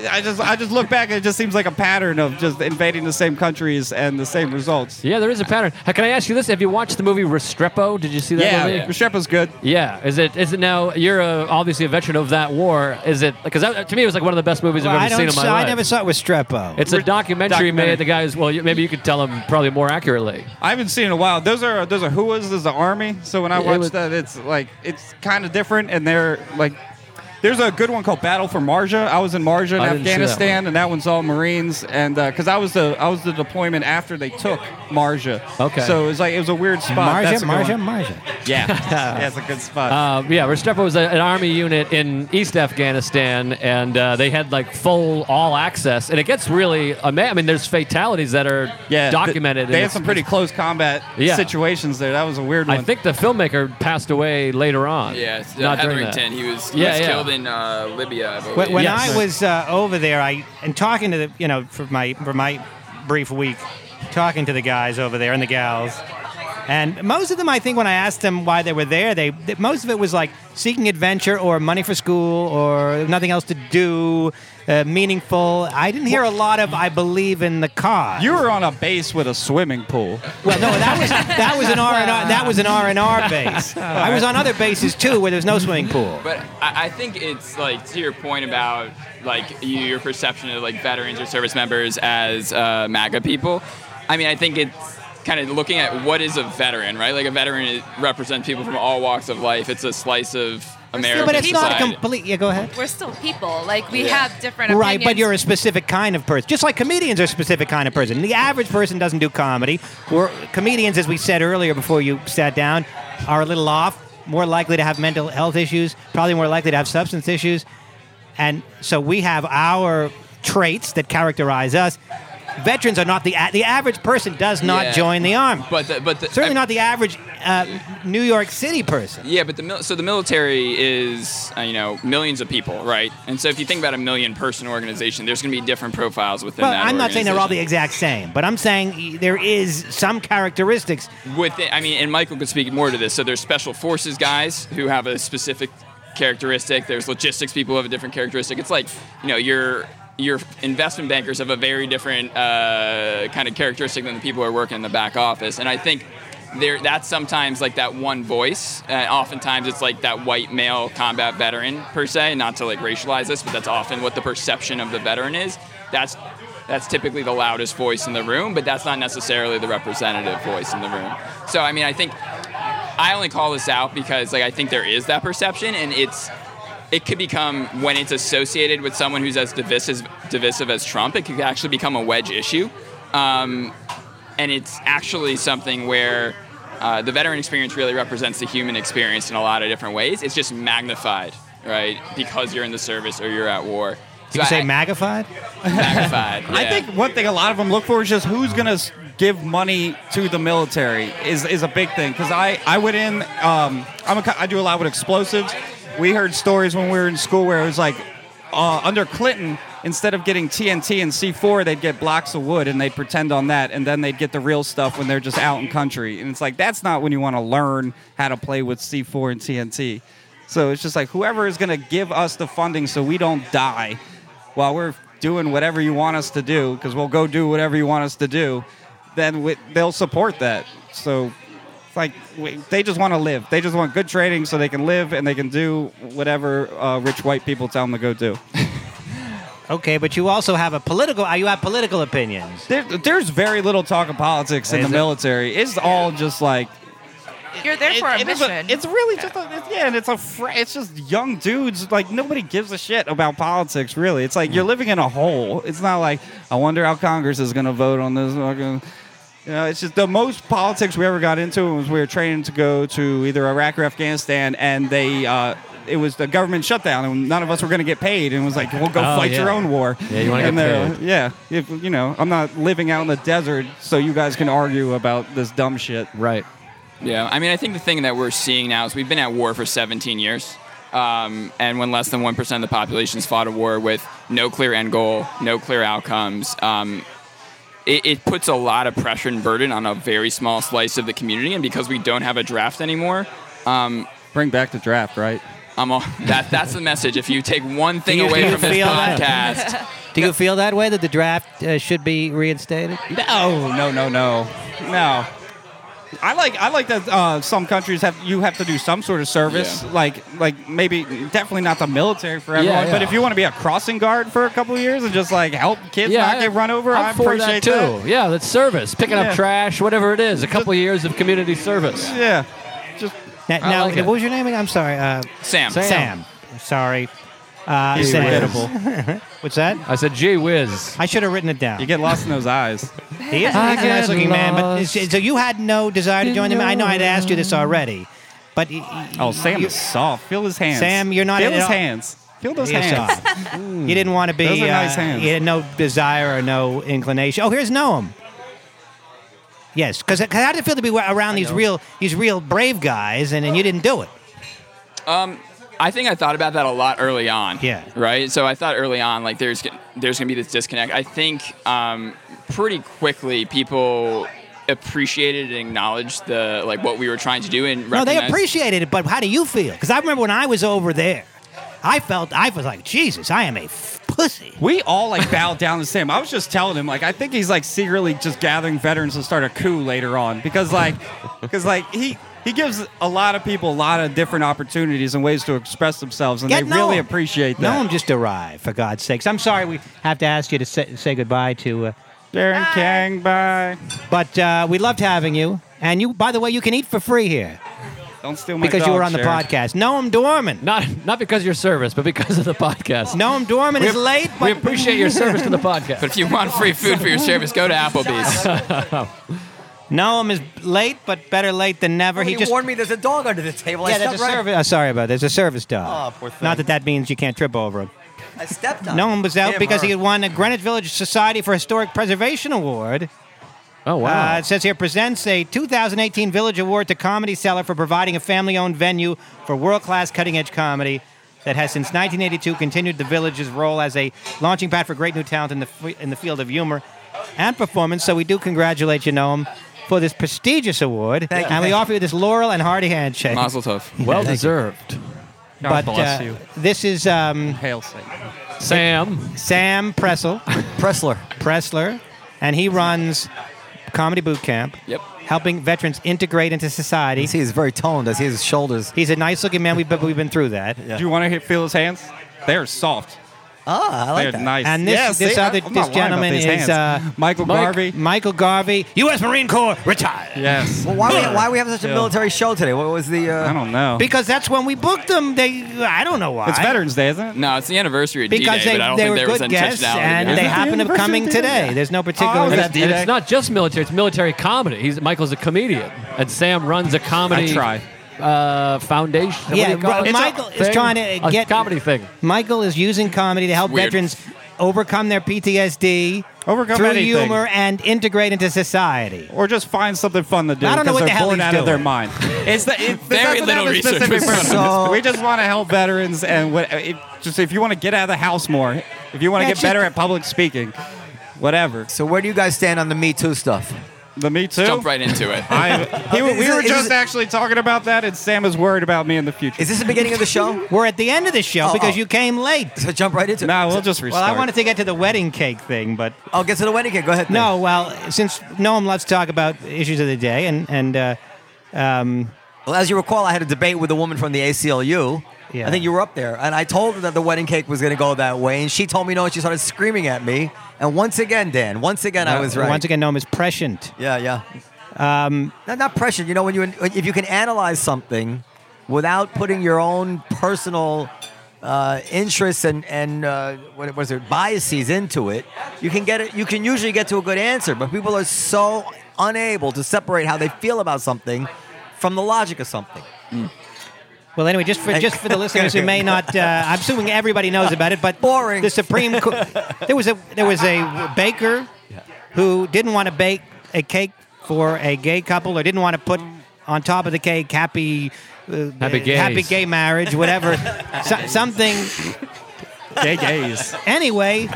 I just I just look back and it just seems like a pattern of just invading the same countries and the same results. yeah, there is a pattern. Uh, Can I ask you this? Have you watched the movie Restrepo? Did you see that Yeah, movie? yeah. Restrepo's good. Yeah. Is it? Is it now? You're uh obviously a veteran of that war. Is it? Because to me, it was like one of the best movies Well, I've I ever don't. seen in my saw- life. I never saw it with Strepo. It's a documentary, documentary. made. The guys. Well, you, maybe you could tell them probably more accurately. I haven't seen it in a while. Those are those are Huas. Those are Army. So when I It watch was- that, it's like it's kind of different, and they're like. There's a good one called Battle for Marja. I was in Marja in I didn't see that Afghanistan, and that one's all Marines, and because I was the I was the deployment after they took Marja. Okay. So it was like it was a weird spot. Marja, That's a good Marja, one. Marja. Yeah. yeah, it's a good spot. Uh, yeah, Restrepo was a, an army unit in East Afghanistan, and uh, they had like full all access. And it gets really ama- I mean, there's fatalities that are yeah, th- documented. and They had it's- some pretty close combat Yeah. situations there. That was a weird one. I think the filmmaker passed away later on. yeah, it's, uh, not during that. Hetherington. He was, he Yeah, was yeah. killed in uh, Libya. I believe. When, when Yes. I was uh, over there, I and talking to the you know for my for my brief week, talking to the guys over there and the gals, and most of them, I think, when I asked them why they were there, they th- most of it was like seeking adventure or money for school or nothing else to do, uh, meaningful. I didn't hear a lot of I believe in the cause. you were on a base with a swimming pool. Well, no, that was that was an R and R that was an R and R base. I was on other bases too, where there's no swimming pool. But I, I think it's like to your point about like you, your perception of like veterans or service members as uh, MAGA people. I mean, I think it's kind of looking at what is a veteran, right? Like a veteran is, represents people from all walks of life. It's a slice of American Yeah, but it's not a society. complete. Yeah, go ahead. We're still people. Like we Yeah. have different Right, opinions. but you're a specific kind of person. Just like comedians are a specific kind of person. The average person doesn't do comedy. We're, comedians, as we said earlier before you sat down, are a little off, more likely to have mental health issues, probably more likely to have substance issues. And so we have our traits that characterize us. veterans are not the a- the average person does not Yeah. join the army. But the, but the, Certainly I- not the average uh, New York City person. Yeah, but the mil- so the military is uh, you know millions of people, right? And so if you think about a million person organization, there's going to be different profiles within Well, that. I'm not saying they're all the organization. exact same, but I'm saying y- there is some characteristics. Within, I mean, and Michael could speak more to this. So there's special forces guys who have a specific characteristic. There's logistics people who have a different characteristic. It's like you know your your investment bankers have a very different uh, kind of characteristic than the people who are working in the back office. And I think there that's sometimes like that one voice. And oftentimes it's like that white male combat veteran per se. Not to like racialize this, but that's often what the perception of the veteran is. That's that's typically the loudest voice in the room, but that's not necessarily the representative voice in the room. So I mean, I think I only call this out because like I think there is that perception, and it's it could become when it's associated with someone who's as divisive, divisive as Trump, it could actually become a wedge issue, um, and it's actually something where. Uh, the veteran experience really represents the human experience in a lot of different ways. It's just magnified, right? Because you're in the service or you're at war. You could So say I- magnified. magnified. I yeah. think one thing a lot of them look for is just who's gonna s- give money to the military is is a big thing. Because I I went in, um, I'm a, co- I do a lot with explosives. We heard stories when we were in school where it was like uh, under Clinton, instead of getting TNT and C4, they'd get blocks of wood and they'd pretend on that, and then they'd get the real stuff when they're just out in country. And it's like that's not when you want to learn how to play with C4 and TNT. So it's just like whoever is gonna give us the funding so we don't die while we're doing whatever you want us to do, because we'll go do whatever you want us to do, then we, they'll support that. So, it's like, we, they just want to live. They just want good training so they can live and they can do whatever uh, rich white people tell them to go do. Okay, but you also have a political. uh, You have political opinions. There, there's very little talk of politics in Is the it? military. It's all just like You're there for a It- it is mission. it's really just a, it's, yeah, and it's a fr- it's just young dudes. Like nobody gives a shit about politics. Really, it's like you're Mm. living in a hole. It's not like I wonder how Congress is going to vote on this. fucking-" You know, it's just the most politics we ever got into was we were training to go to either Iraq or Afghanistan, and they. Uh, it was the government shutdown, and none of us were going to get paid. And it was like, "Well, go Oh, fight your yeah. own war." Yeah, you wanna And get they're- paid. Yeah, if you know, I'm not living out in the desert, so you guys can argue about this dumb shit. Right. Yeah, I mean, I think the thing that we're seeing now is we've been at war for 17 years. Um, and when less than 1% of the population's fought a war with no clear end goal, no clear outcomes, um, it, it puts a lot of pressure and burden on a very small slice of the community. And because we don't have a draft anymore, um, Bring back the draft, right? I'm all, that, that's the message. If you take one thing Do you- do away you from this feel that? podcast, Do you feel that way that the draft uh, should be reinstated? No, no, no, no, no. I like I like that uh, some countries have you have to do some sort of service, Yeah. like like maybe definitely not the military for everyone, yeah. but if you want to be a crossing guard for a couple of years and just like help kids not get run over, I'm I for appreciate that too. Yeah, that's service, picking Yeah. up trash, whatever it is. A couple of years of community service. that. Yeah, just Now, now like it. what was your name again? I'm sorry. Uh, Sam. Sam. Sam. Sorry. Uh, He's Sam. forgettable. What's that? I said, gee whiz. I should have written it down. you get lost in those eyes. He is, I he's a nice looking get man, but lost so you had no desire to join them. I know I'd asked you this already, but y- y- Oh, Sam you- is soft. Feel his hands. Sam, you're not Feel at his all- hands. Feel those he is hands. soft. You didn't want to be. Those are uh, nice hands. You had no desire or no inclination. Oh, here's Noam. Yes, because how did it feel to be wa- around these know. real these real brave guys, and, and you didn't do it? I think I thought about that a lot early on. Yeah. Right. So I thought early on, like there's there's gonna be this disconnect. I think um, pretty quickly people appreciated and acknowledged the like what we were trying to do and No, they recognized- appreciated it, but how do you feel? Because I remember when I was over there, I felt I was like, Jesus, I am a f- pussy. We all like bowed down to Sam. I was just telling him, like, I think he's like secretly just gathering veterans to start a coup later on because, like, because like he he gives a lot of people a lot of different opportunities and ways to express themselves, and Get they really Noam. appreciate that. Noam just arrived, for God's sakes. I'm sorry we have to ask you to say, say goodbye to. Uh, Darren Kang, bye. but uh, we loved having you. And you, by the way, you can eat for free here Don't steal my because dog, you were on the Sharon. podcast. Noam Dorman. Not not because of your service, but because of the podcast. Noam Dorman is late, but We appreciate your service to the podcast. But if you want free food for your service, go to Applebee's. Noam is late, but better late than never. He, He just warned me there's a dog under the table. I yeah, there's a stepped right- service. Oh, sorry about that. There's a service dog. Oh, poor thing. Not that that means you can't trip over him. I stepped on. No it. one was out Damn because her. he had won a Greenwich Village Society for Historic Preservation Award. Oh Uh, wow! it says here presents a 2018 Village Award to Comedy Cellar for providing a family owned venue for world class cutting edge comedy that has since 1982 continued the Village's role as a launching pad for great new talent in the, f- in the field of humor and performance. So we do congratulate you, Noam, for this prestigious award. Thank you, and we thank offer you this laurel and hearty handshake. Mazel tov. well deserved. But bless uh, you. this is um, Hail Satan. Sam, Sam Pressel, Pressler. Pressler, and he runs Comedy Boot Camp. Yep. Helping veterans integrate into society. You see, he's very toned. I see his shoulders. He's a nice looking man. We've been, we've been through that. Do you want to feel his hands? They are soft. Ah, I like They're that. nice. And this- Yeah, this see, other- I'm this not lying about gentleman these is, hands. uh, Michael Garvey. Michael Garvey, U.S. Marine Corps, retired. Yes. Well, why we, why we having such a Yeah. military show today? What was the? Uh, I don't know. Because that's when we booked them. They, I don't know why. it's Veterans Day, isn't it? No, it's the anniversary of Because D-Day, they, but I don't they think were there was good intentionality. guests, and behind they it. Isn't happen the to be coming university doing today. that? There's no particular. Oh, and that it's, and it's D-Day? not just military; it's military comedy. He's Michael's a comedian, and Sam runs a comedy I try. Uh, foundation. Yeah, what do you call Ro- it? Michael is Thing? trying to a get- comedy thing. Michael is using comedy to help It's weird. veterans overcome their PTSD Overcome through anything. humor and integrate into society. Or just find something fun to do. I don't know because what the they're hell born he's out of their doing. mind. It's the, it, Very it doesn't little have a specific research. purpose. So- we just want to help veterans and what, uh, it, just if you want to get out of the house more, if you want to Yeah, get just- better at public speaking, whatever. so where do you guys stand on the Me Too stuff? The Me Too. Jump right into it. I, he, Is we it- were is just it- actually talking about that, and Sam is worried about me in the future. Is this the beginning of the show? We're at the end of the show Oh, because oh. you came late. So jump right into. it. nah, we'll just Well, restart. I wanted to get to the wedding cake thing, but I'll get to the wedding cake. Go ahead. Nick. no. Well, since Noam, let's talk about issues of the day, and and uh, Well, as you recall, I had a debate with a woman from the ACLU. Yeah. I think you were up there, and I told her that the wedding cake was going to go that way, and she told me no, and she started screaming at me. And once again, Dan, once again, I was right. Once again, Noam is prescient. Yeah, yeah. Um, not, not pressure. You know, when you if you can analyze something without putting your own personal uh, interests and and uh, what was it biases into it, you can get it. You can usually get to a good answer, but people are so unable to separate how they feel about something from the logic of something. Well, anyway, just for just for the listeners who may not, uh, I'm assuming everybody knows about it, but Boring. The Supreme Court. There was a there was a baker who didn't want to bake a cake for a gay couple, or didn't want to put on top of the cake happy. Uh, Happy gays. happy gay marriage, whatever, so, something. gay gays. Anyway,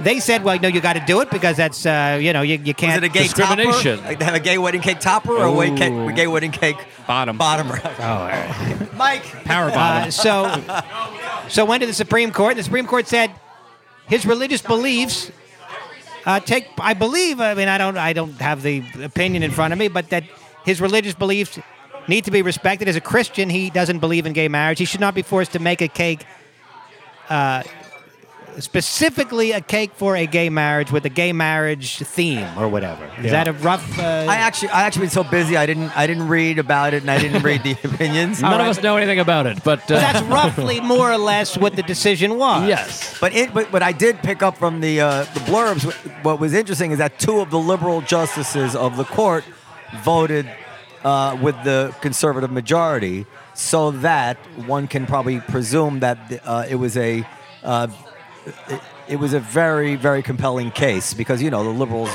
they said, "Well, no, you got to do it because that's uh, you know you, you Is can't." it a gay discrimination. Topper? Like they have a gay wedding cake topper or a wedding Ooh. cake, gay wedding cake Bottom. bottomer. Mike, Power Uh, bottom. so, so went to the Supreme Court, and the Supreme Court said his religious beliefs uh, take. I believe. I mean, I don't. I don't have the opinion in front of me, but that his religious beliefs need to be respected. As a Christian, he doesn't believe in gay marriage. He should not be forced to make a cake. Uh, Specifically, a cake for a gay marriage with a gay marriage theme or whatever. Is that a rough? Uh, I actually, I actually been so busy, I didn't, I didn't read about it, and I didn't read the opinions. None of us know anything about it, but uh, that's roughly more or less what the decision was. yes. But it, but, but I did pick up from the uh, the blurbs. wh- What was interesting is that two of the liberal justices of the court voted uh, with the conservative majority, so that one can probably presume that uh, it was a. Uh, it, it was a very, very compelling case because you know the liberals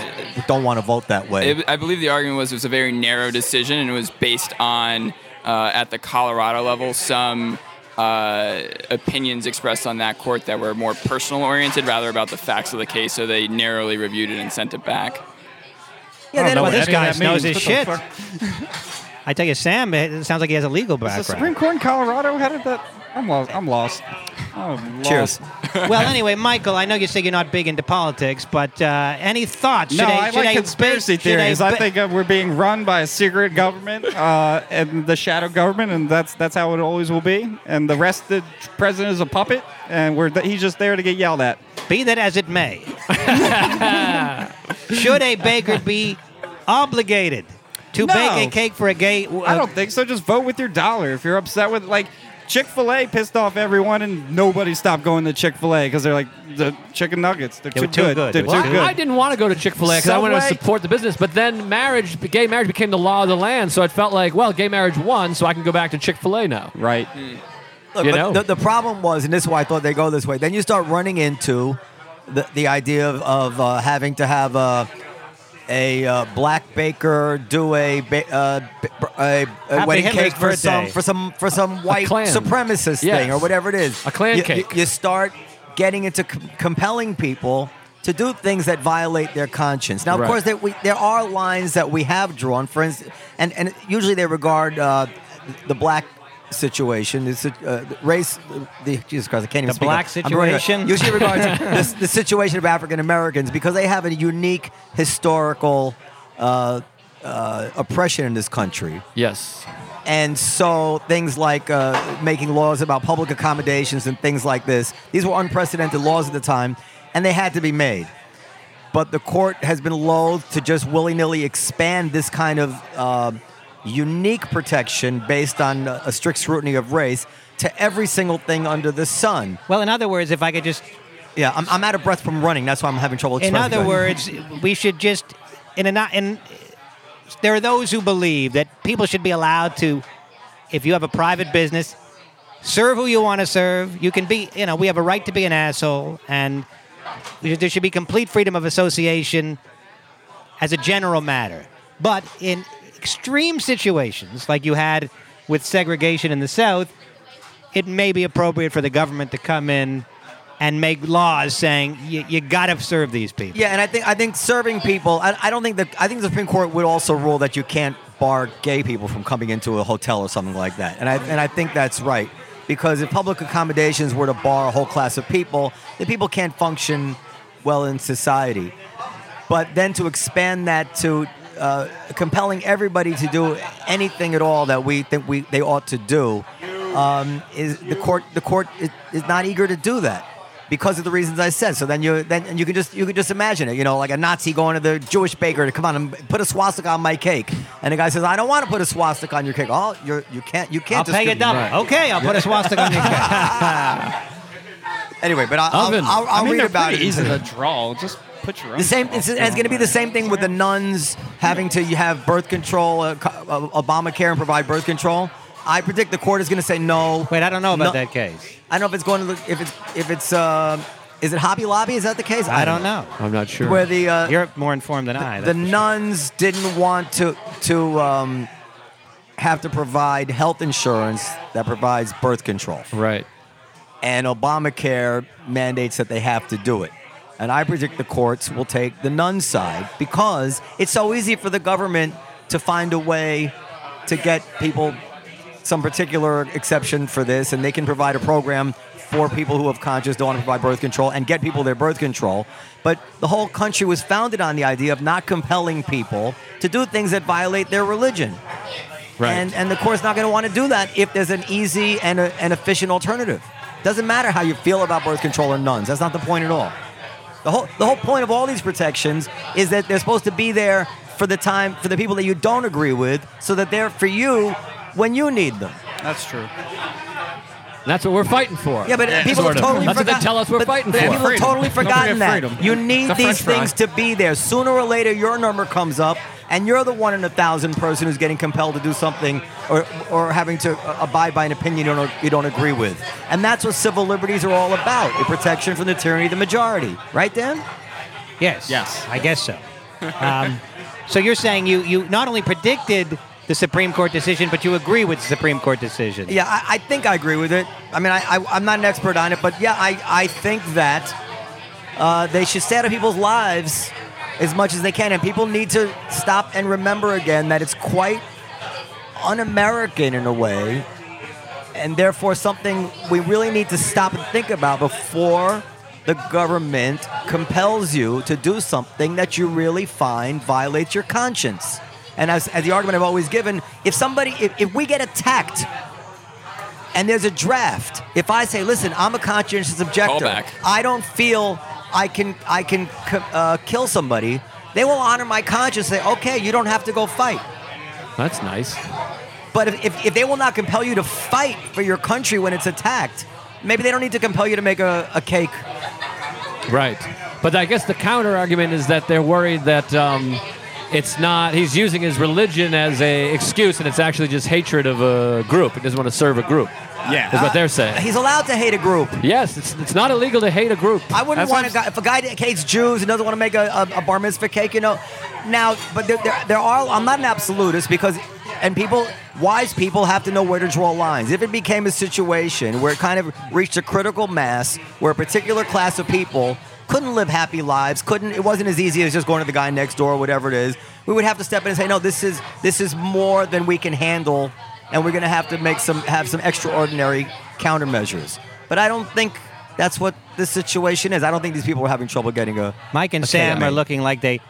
don't want to vote that way. It, I believe the argument was it was a very narrow decision and it was based on, uh, at the Colorado level, some uh, opinions expressed on that court that were more personal oriented rather about the facts of the case. So they narrowly reviewed it and sent it back. yeah, they know Well, don't- what Oh, this any of guy that knows his means. shit. What the I tell you, Sam, it sounds like he has a legal The background. Supreme Court in Colorado? How did that? I'm lost. I'm lost. I'm Cheers. lost. well, anyway, Michael, I know you say you're not big into politics, but uh, any thoughts? No, Should I should like conspiracy should theories. I ba- think uh, we're being run by a secret government uh, and the shadow government, and that's that's how it always will be. And the rest, the president is a puppet, and we're he's just there to get yelled at. be that as it may, should a baker be obligated to No. bake a cake for a gay? uh, I don't think so. Just vote with your dollar if you're upset with like. Chick Fil A pissed off everyone, and nobody stopped going to Chick Fil A because they're like the chicken nuggets. They're They were too, too good. good. They They're too were Well, too good. I didn't want to go to Chick Fil A because I wanted to Subway? support the business. But then marriage, gay marriage, became the law of the land. So it felt like, well, gay marriage won, so I can go back to Chick Fil A now. Right. Look, You but know? The, the problem was, and this is why I thought they go this way. Then you start running into the, the idea of, of uh, having to have a, a uh, black baker do a ba- uh, b- a, a Happy wedding Hitler's cake for some birthday. for some for some white clan. supremacist Yes. thing or whatever it is. A clan You- you- cake. You, start getting into com- compelling people. To do things that violate their conscience. Now, of Right. course, there, we, there are lines that we have drawn. For instance, and, and usually they regard uh, the black situation, this, uh, race, the, Jesus Christ, I can't even The speak black up. I'm running out. situation? Usually regards the, the situation of African Americans because they have a unique historical uh, uh, oppression in this country. Yes. And so things like uh, making laws about public accommodations and things like this, these were unprecedented laws at the time, and they had to be made. But the court has been loath to just willy nilly expand this kind of uh, unique protection based on uh, a strict scrutiny of race to every single thing under the sun. Well, in other words, if I could just Yeah, I'm, I'm out of breath from running. That's why I'm having trouble. In expressing other myself. words, we should just in a not in. There are those who believe that people should be allowed to, if you have a private business, serve who you want to serve. You can be, you know, we have a right to be an asshole, and we should- there should be complete freedom of association as a general matter. But in extreme situations, like you had with segregation in the South, it may be appropriate for the government to come in and make laws saying you, you got to serve these people. Yeah, and I think I think serving people. I, I don't think the I think the Supreme Court would also rule that you can't bar gay people from coming into a hotel or something like that. And I and I think that's right because if public accommodations were to bar a whole class of people, then people can't function well in society. But then to expand that to uh, compelling everybody to do anything at all that we think we they ought to do um, is the court the court is, is not eager to do that because of the reasons I said. So then you then and you can just you can just imagine it. You know, like a Nazi going to the Jewish baker to come on and put a swastika on my cake, and the guy says, "I don't want to put a swastika on your cake." Oh, you're you can't you can't. I'll pay you distribute- double. Okay, I'll put a swastika on your cake. Anyway, but I'll I'll, Oven. I'll, I I'll mean, read they're about it. pretty in- easy The draw, just put your own. The same. It's, and it's going to be the same thing with the nuns having to have birth control, uh, co- uh, Obamacare, and provide birth control. I predict the court is going to say no. Wait, I don't know about No. that case. I don't know if it's going to look if it's if it's uh, is it Hobby Lobby? Is that the case? I don't know. I'm not sure. Where the uh, You're more informed than I. the that's for sure. nuns didn't want to to um, have to provide health insurance that provides birth control, right. and Obamacare mandates that they have to do it. And I predict the courts will take the nuns' side because it's so easy for the government to find a way to get people some particular exception for this, and they can provide a program for people who have conscious don't want to provide birth control and get people their birth control. But the whole country was founded on the idea of not compelling people to do things that violate their religion. Right. And, and the court's not going to want to do that if there's an easy and a, an efficient alternative. Doesn't matter how you feel about birth control or nuns. That's not the point at all. The whole the whole point of all these protections is that they're supposed to be there for the time for the people that you don't agree with, so that they're for you when you need them. That's true. That's what we're fighting for. Yeah, but people Sort have of. totally That's what they forgotten. tell us we're but fighting people for. have totally Freedom. Don't forget forgotten that. freedom. You It's a need french these fry. things to be there. Sooner or later, your number comes up, and you're the one in a thousand person who's getting compelled to do something or, or having to uh, abide by an opinion you don't, you don't agree with. And that's what civil liberties are all about the protection from the tyranny of the majority. Right, Dan? Yes. Yes. I guess so. Um, so you're saying you you not only predicted the Supreme Court decision, but you agree with the Supreme Court decision. Yeah, I, I think I agree with it. I mean, I, I, I'm not an expert on it, but yeah, I, I think that uh, they should stay out of people's lives as much as they can. And people need to stop and remember again that it's quite un American in a way, and therefore something we really need to stop and think about before the government compels you to do something that you really find violates your conscience. And as, as the argument I've always given, if somebody, if, if we get attacked and there's a draft, if I say, listen, I'm a conscientious objector, Callback. I don't feel I can I can c- uh, kill somebody. They will honor my conscience. and Say, okay, you don't have to go fight. That's nice. But if, if, if they will not compel you to fight for your country when it's attacked, maybe they don't need to compel you to make a, a cake. Right. But I guess the counter argument is that they're worried that um, it's not. He's using his religion as a excuse, and it's actually just hatred of a group. He doesn't want to serve a group. Yeah. is what they're saying. He's allowed to hate a group. Yes, it's, it's not illegal to hate a group. I wouldn't That's want what a guy, if a guy that hates Jews and doesn't want to make a, a, a bar mitzvah cake, you know. Now, but there, there, there are, I'm not an absolutist because, and people, wise people have to know where to draw lines. If it became a situation where it kind of reached a critical mass where a particular class of people couldn't live happy lives, couldn't, it wasn't as easy as just going to the guy next door or whatever it is, we would have to step in and say, no, this is, this is more than we can handle and we're going to have to make some, have some extraordinary countermeasures. But I don't think that's what the situation is. I don't think these people are having trouble getting a. Mike and Okay, Sam I are mean- looking like they,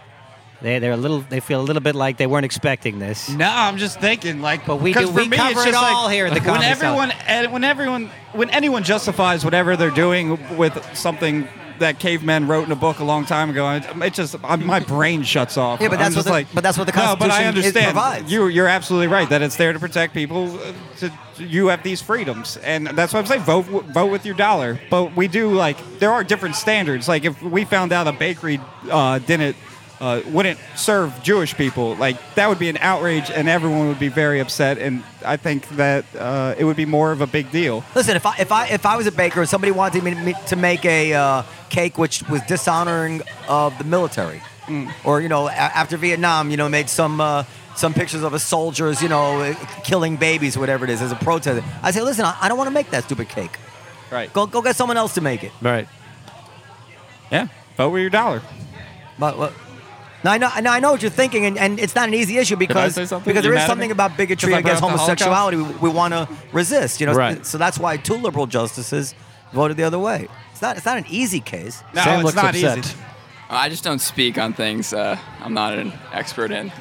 they they're a little they feel a little bit like they weren't expecting this. No, I'm just thinking like, But we 'cause do- for we me, cover it's it just like, all here at the when Comedy everyone, ed- when everyone, when anyone justifies whatever they're doing with something that cavemen wrote in a book a long time ago, it, it just I, my brain shuts off. Yeah, but I'm that's what just the- like, but that's what the no, but I Constitution is- understand. provides. You, you're absolutely right that it's there to protect people. uh, To you have these freedoms, and that's what I'm saying. Vote, w- vote with your dollar. But we do like there are different standards. Like if we found out a bakery uh, didn't. Uh, wouldn't serve Jewish people like that would be an outrage, and everyone would be very upset. And I think that uh, it would be more of a big deal. Listen, if I if I if I was a baker and somebody wanted me to, me to make a uh, cake which was dishonoring of the military, or you know, a- after Vietnam, you know, made some. Uh, some pictures of us soldiers, you know, uh, killing babies, whatever it is, as a protest. I say, listen, I, I don't want to make that stupid cake. Right. Go, go get someone else to make it. Right. Yeah. Vote with your dollar. But well, now I know, now I know what you're thinking, and, and it's not an easy issue because say something? because You there is mad at something me? about bigotry 'Cause I against brought up the homosexuality we, we want to resist. You know, Right. so that's why two liberal justices voted the other way. It's not it's not an easy case. No, Sam it's looks not upset. easy. I just don't speak on things uh, I'm not an expert in. Uh,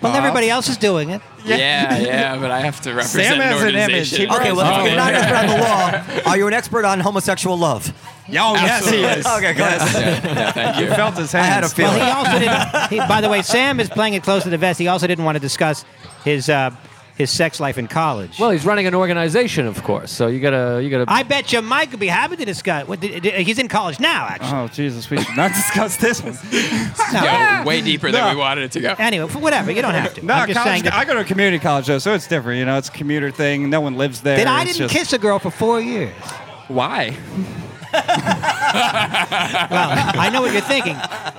Well, everybody else is doing it. yeah. yeah, but I have to represent has an an image. organization. He Okay, well, if you're not an expert on the law, are you an expert on homosexual love? Oh, yes, he is. Okay, go ahead. yeah, yeah, thank you. You felt his I hands. had a Well, feeling. he also didn't. He, by the way, Sam is playing it close to the vest. He also didn't want to discuss his uh, his sex life in college. Well, he's running an organization, of course. So you gotta, you gotta. I bet you Mike would be happy to discuss. What, did, did- he's in college now, actually. Oh, Jesus, we should not discuss this one. No. Go way deeper than we wanted it to go. Anyway, for whatever. You don't have to. No, I'm just saying. college, That, I go to a community college, though, so it's different. You know, it's a commuter thing. No one lives there. that I It's didn't just- kiss a girl for four years. Why? Well, I know what you're thinking.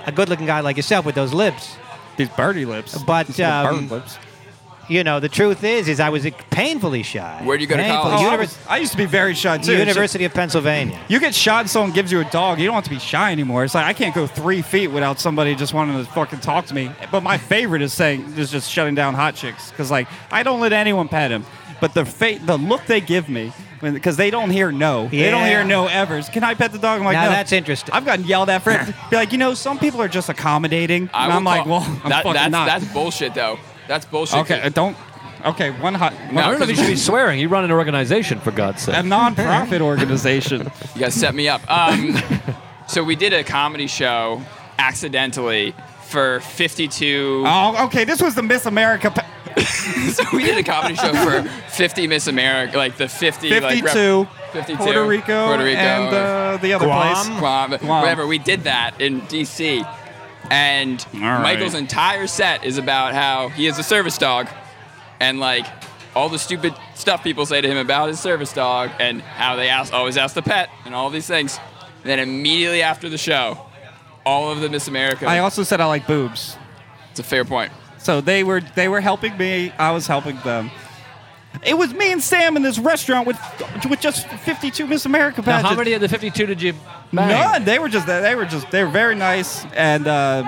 A good-looking guy like yourself with those lips. These birdie lips. But, These little um, bird lips. You know, the truth is, is I was painfully shy. Where'd you go to Painfully. college? Oh, I, Univers- was- I used to be very shy, too. University of Pennsylvania. You get shot and someone gives you a dog, you don't have to be shy anymore. It's like, I can't go three feet without somebody just wanting to fucking talk to me. But my favorite is saying, is just shutting down hot chicks. Because, like, I don't let anyone pet him. But the fa- the look they give me, because they don't hear no. They don't Yeah. hear no ever. It's, Can I pet the dog? I'm like, Now no. that's interesting. I've gotten yelled at for it. Be like, you know, some people are just accommodating. I and will I'm like, call- well, I'm that, fucking that's, not. That's bullshit, though. That's bullshit. okay, uh, don't. Okay, one hot. One No, I don't know if you should be swearing. You run an organization, for God's a sake. non-profit organization. You guys set me up. Um, so we did a comedy show accidentally for 52. oh, okay. This was the Miss America. pa- So we did a comedy show for 50 Miss America, like the 50, like rep- 52, 52, Puerto Rico, Puerto Rico, and uh, the other place. Guam, Guam. whatever. We did that in D.C. And right. Michael's entire set is about how he is a service dog, and like all the stupid stuff people say to him about his service dog, and how they ask, always ask the pet, and all these things. then immediately after the show, all of the Miss America. I also said I like boobs, it's a fair point. so they were they were helping me. I was helping them. It was me and Sam in this restaurant with with just 52 Miss America Now, pageants. how many of the 52 did you? Bang? None. They were just they were just they were very nice, and uh,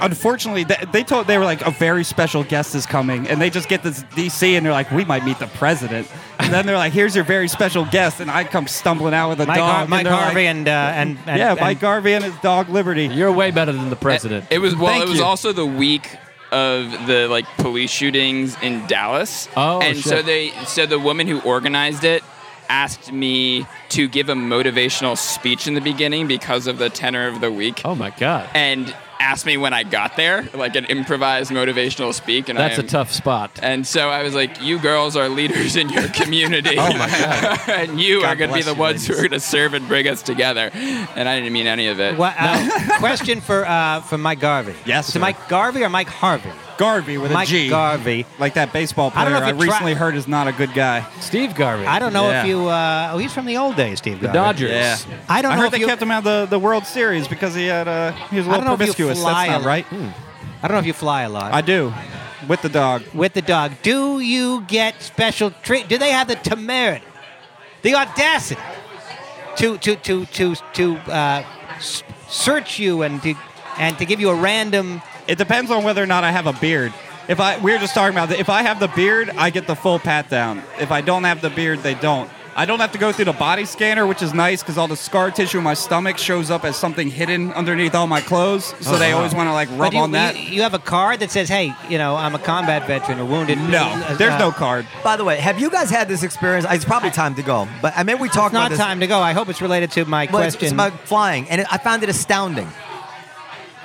unfortunately, they, they told they were like a very special guest is coming, and they just get this DC, and they're like, we might meet the president, and then they're like, here's your very special guest, and I come stumbling out with a Mike, dog, Har- and Mike they're like, Harvey and, uh, and and yeah, and- Mike Garvey and his dog Liberty. You're way better than the president. It was well. Thank it was you. also the week of the like police shootings in Dallas. Oh, and so shit. they so the woman who organized it asked me to give a motivational speech in the beginning because of the tenor of the week, oh my God. and asked me when I got there, like an improvised motivational speak. And I That's a am- tough spot. And so I was like, "You girls are leaders in your community, Oh, and you are God going to be bless the you, ones who ladies. are going to serve and bring us together." And I didn't mean any of it. Well, uh, question for uh, for Mike Garvey. Is Yes, it sir. Mike Garvey or Mike Harvey? Garvey with Mike a G. Garvey. Like that baseball I player don't know I, if he tri- recently heard is not a good guy. Steve Garvey. I don't know Yeah. if you. Uh, oh, he's from the old days, Steve. the Garvey. Dodgers. Yeah. I don't I know heard if they you- kept him out of the, the World Series because he had uh, he was a I little don't know if you promiscuous. fly That's not a- right. I don't know if you fly a lot. I do. With the dog. with the dog. Do you get special treat? Do they have the temerity, the audacity, to to to to to uh, s- search you and to and to give you a random? It depends on whether or not I have a beard. If I we were just talking about that. if I have the beard, I get the full pat down. If I don't have the beard, they don't. I don't have to go through the body scanner, which is nice because all the scar tissue in my stomach shows up as something hidden underneath all my clothes. So they always want to like Uh-huh. But rub do you, on that. You, you have a card that says, "Hey, you know, I'm a combat veteran or wounded." no, uh, there's uh, no card. By the way, have you guys had this experience? It's probably time to go, but I mean, we talked It's not about this. time to go. I hope it's related to my Well, it's, question. it's about flying, and it, I found it astounding.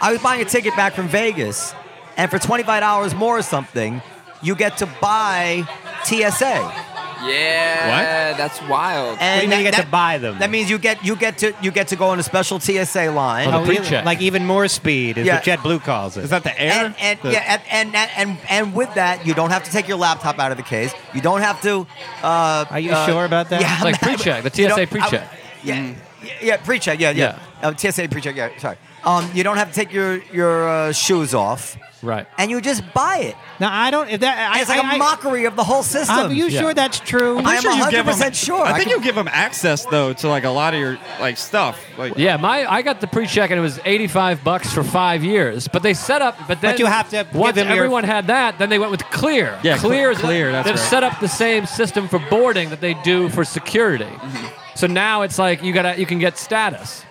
I was buying a ticket back from Vegas, and for twenty five dollars more or something, you get to buy TSA. Yeah, that's wild. And do you mean you get to buy them? That means you get you get to you get to go on a special TSA line. Oh, Oh, the really? pre-check. like even more speed, is Yeah. what JetBlue calls it. Is that the air? and, and The- yeah, and, and and and with that, you don't have to take your laptop out of the case. You don't have to. Uh, Are you uh, sure about that? Yeah, It's like pre-check, the TSA don't- pre-check. I- yeah, Mm. yeah, yeah, pre-check. Yeah, yeah. Uh, TSA pre-check. Yeah, sorry. Um, you don't have to take your your uh, shoes off, Right. and you just buy it. Now I don't. If that, And I, it's like I- a I- mockery of the whole Are system. you Yeah. sure that's true? I'm you give 100% them- sure. I I think can- you give them access though to like a lot of your like stuff. Like Yeah, my I got the pre-check and it was 85 bucks for 5 years. But they set up but then you have to once give them your- everyone had that, then they went with clear. Yeah, cl- clear is clear, that's They've right. set up the same system for boarding that they do for security. Mm-hmm. So now it's like you got to you can get status.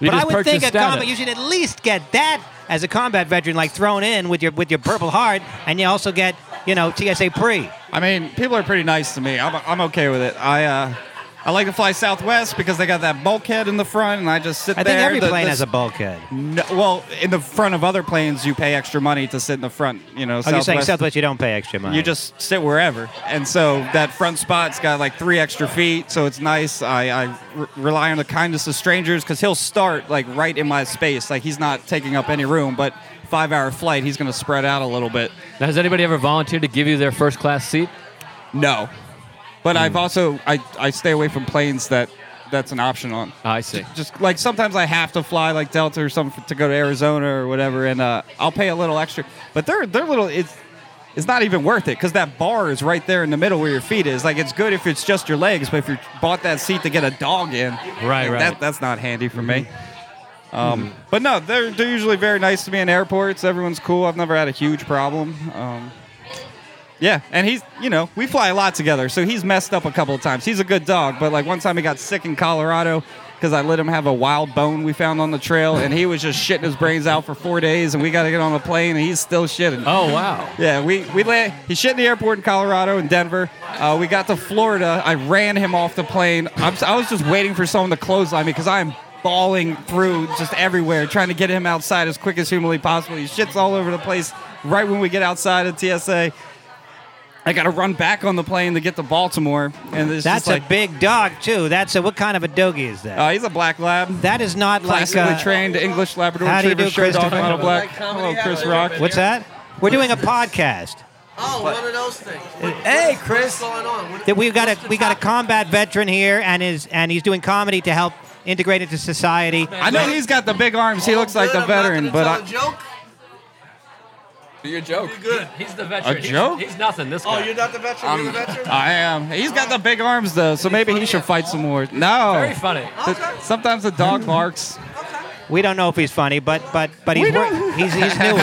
You but I just would think purchase a combat status. you should at least get that as a combat veteran, like thrown in with your with your Purple Heart, and you also get you know TSA pre. I mean, people are pretty nice to me. I'm, I'm okay with it. I uh, I like to fly Southwest because they got that bulkhead in the front, and I just sit I there. think every The- plane the- has a bulkhead. No, well, in the front of other planes, you pay extra money to sit in the front. You know, Oh, you're saying Southwest- Southwest you don't pay extra money. You just sit wherever, and so that front spot's got like three extra feet, so it's nice. I, I re- rely on the kindness of strangers because he'll start like right in my space, like he's not taking up any room. But five-hour flight, he's going to spread out a little bit. Now, has anybody ever volunteered to give you their first class seat? No, but I've also I, I stay away from planes that that's an option on. I see. Just like sometimes I have to fly like Delta or something to go to Arizona or whatever, and uh, I'll pay a little extra. But they're they're little. It's it's not even worth it because that bar is right there in the middle where your feet is. Like it's good if it's just your legs, but if you bought that seat to get a dog in, Right, like, right. Mm-hmm. That, that's not handy for me. Um, But no, they're they're usually very nice to me in airports. Everyone's cool. I've never had a huge problem. Um, yeah, and he's you know we fly a lot together, so he's messed up a couple of times. He's a good dog, but like one time he got sick in Colorado because I let him have a wild bone we found on the trail, and he was just shitting his brains out for four days, and we got to get on a plane, and he's still shitting. Oh, wow. Yeah, we we land. He shit in the airport in Colorado and Denver. Uh, we got to Florida. I ran him off the plane. I'm, si was just waiting for someone to clothesline me because I'm bawling through just everywhere, trying to get him outside as quick as humanly possible. He shits all over the place. Right when we get outside of TSA, I got to run back on the plane to get to Baltimore. And it's that's just like, a big dog too. That's a what kind of a doggy is that? uh, he's a black lab. that is not like Classically uh, trained English Labrador how do you do, Retriever, Short dog, Christopher? Model black. Like comedy Hello, Chris hour. Rock. What's that? We're doing a podcast. Oh, one of those things. hey, What's Chris. going on? What- That we got what's a the we got a topic? combat veteran here, and is and he's doing comedy to help integrate into society. I know he's got the big arms. He All looks like Oh, good, the I'm not veteran, gonna but tell I, a joke. Do your joke. Good. He's the veteran. A joke? He's, nothing. This Oh, guy. you're not the veteran. Um, you're the veteran. I am. He's got the big arms though, so maybe he should fight some more. No. Very funny. Th- Sometimes the dog barks. We don't know if he's funny, but but but he's wor- he's he's newer.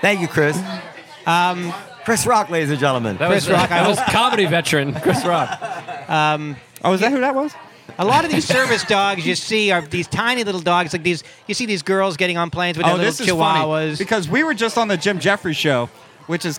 Thank you, Chris. Um, Chris Rock, ladies and gentlemen. That Chris was, Rock, I That was comedy veteran Chris Rock. Oh, is that who that was? A lot of these service dogs you see are these tiny little dogs, like these. You see these girls getting on planes with their oh, little this is funny chihuahuas. because we were just on the Jim Jeffries show, which is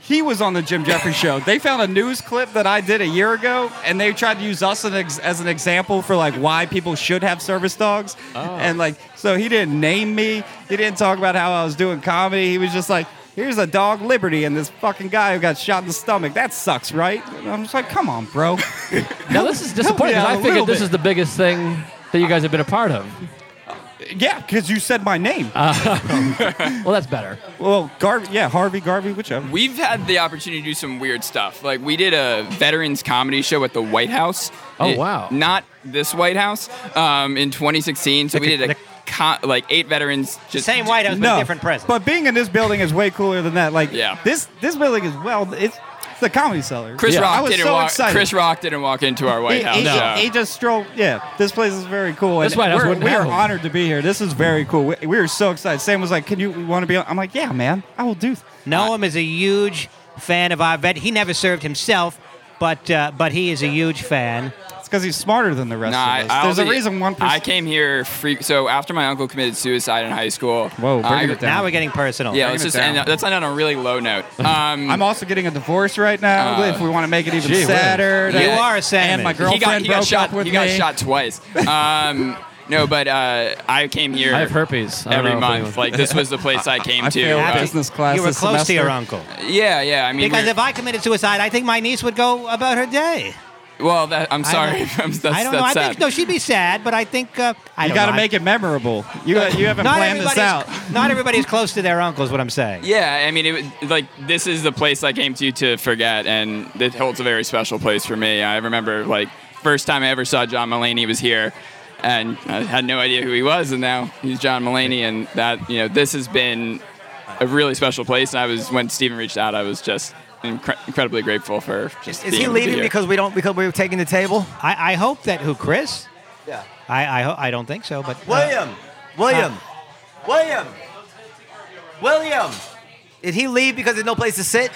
he was on the Jim Jeffries show. They found a news clip that I did a year ago, and they tried to use us an ex- as an example for like why people should have service dogs. And like, so he didn't name me. He didn't talk about how I was doing comedy. He was just like. Here's a dog, Liberty, and this fucking guy who got shot in the stomach. That sucks, right? And I'm just like, come on, bro. Now this is disappointing. 'cause out a I figured little this bit. is the biggest thing that you guys have been a part of. Yeah, because you said my name. Well, that's better. well, Garvey. Yeah, Harvey Garvey, whichever. We've had the opportunity to do some weird stuff. Like we did a veterans comedy show at the White House. Oh, It- wow. Not this White House. Um, in 2016, so we did a co- like eight veterans. Just Same White House, but different president. But being in this building is way cooler than that. Like, Yeah. this this building is well, it's, it's the comedy cellar. Chris I Rock was didn't so walk. excited. Chris Rock didn't walk into our White he, House. he- show. he just strolled. Yeah, this place is very cool. This and White House we're, wouldn't we are have him. honored to be here. This is very cool. We, we were so excited. Sam was like, "Can you, you want to be?" on? I'm like, "Yeah, man, I will do." Noam is a huge fan of our vet. He never served himself, but uh, but he is a huge fan. It's because he's smarter than the rest No, I, of us. I'll There's a be- reason one I person. came here free. So after my uncle committed suicide in high school. Whoa, bring I- it down. Now we're getting personal. Yeah, let's it just down. end. up- Let's end on a really low note. Um, I'm also getting a divorce right now. Uh, if we want to make it even gee whiz. sadder, You are a sad And my man. girlfriend he broke got shot, up with He got me. shot twice. Um, no, but uh, I came here. I have herpes. I don't every know if month. anyone- Like this was the place I came I to. failed Uh, business class You were this close to your semester. uncle. yeah, yeah. I mean, Because we're- if I committed suicide, I think my niece would go about her day. well, that, I'm I sorry. don't- I'm- that's, I don't know. that's I sad. think no, she'd be sad, but I think uh, I You don't got to know. make it memorable. You you haven't not planned this out. everybody's- Not everybody's close to their uncle is what I'm saying. yeah, I mean, it, was- like this is the place I came to to forget, and it holds a very special place for me. I remember like first time I ever saw John Mulaney was here, and I had no idea who he was, and now he's John Mulaney, and that you know this has been a really special place. And I was when Stephen reached out, I was just incre- incredibly grateful for. Just being Is he able to be leaving here. because we don't because we were taking the table? I, I hope that who Chris? Yeah. I I, ho- I don't think so, but uh, William, William, William, William. Did he leave because there's no place to sit?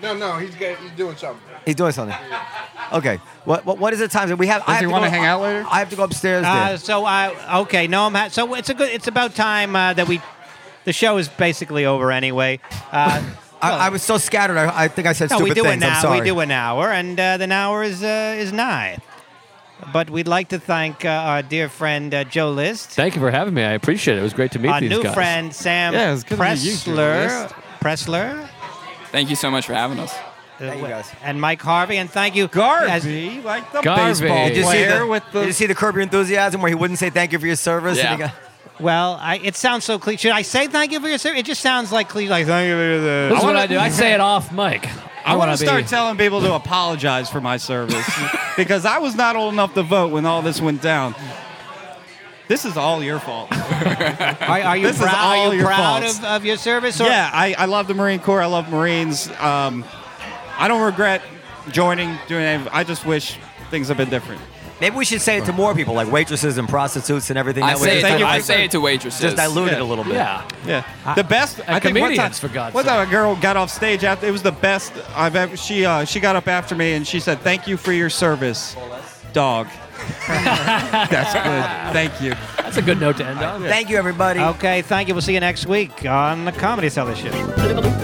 No, no, he's, got, he's doing something. He's doing something. Okay. What what, what is the time? that We have. I Does have he to want to go- hang out later? I have to go upstairs. Uh, then. so I okay, no, I'm ha- so it's a good. It's about time uh, that we. The show is basically over anyway. Uh, well, I, I was so scattered. I, I think I said no, stupid we do things. an I'm hour. sorry. We do an hour, and uh, the hour is uh, is nigh. But we'd like to thank uh, our dear friend uh, Joe List, Thank you for having me. I appreciate it. It was great to meet our these new guys. friend Sam Yeah, it's good to meet you, Joe Pressler, List. Pressler, Uh, Thank you so much for having us. Thank you, guys. and Mike Harvey, and thank you, as- Garvey, like the Garvey. baseball Did you Did you, see player the, with the. did you see the Curb Your Enthusiasm where he wouldn't say thank you for your service? Yeah. And he got, Well, I, it sounds so cliche. Should I say thank you for your service? It just sounds like cliche. Like thank you for your This is service. what I do. I say it off mic. I want wanna to start be- telling people to apologize for my service because I was not old enough to vote when all this went down. This is all your fault. Are, are you This is proud? all Are you your proud faults. of, of your service? Or, yeah, I, I love the Marine Corps. I love Marines. Um, I don't regret joining, doing anything. I just wish things had been different. maybe we should say it to more people, like waitresses and prostitutes and everything. I that way say, just, it, you to, for I your say it to waitresses. just dilute it Yeah. a little bit. Yeah. Yeah, the best. I think one time, comedians, for God's one sake. time a girl got off stage after it was the best I've ever. She uh, she got up after me and she said, "Thank you for your service, dog." That's good. Thank you. That's a good note to end on. Thank you, everybody. Okay, thank you. We'll see you next week on the Comedy Cellar Show.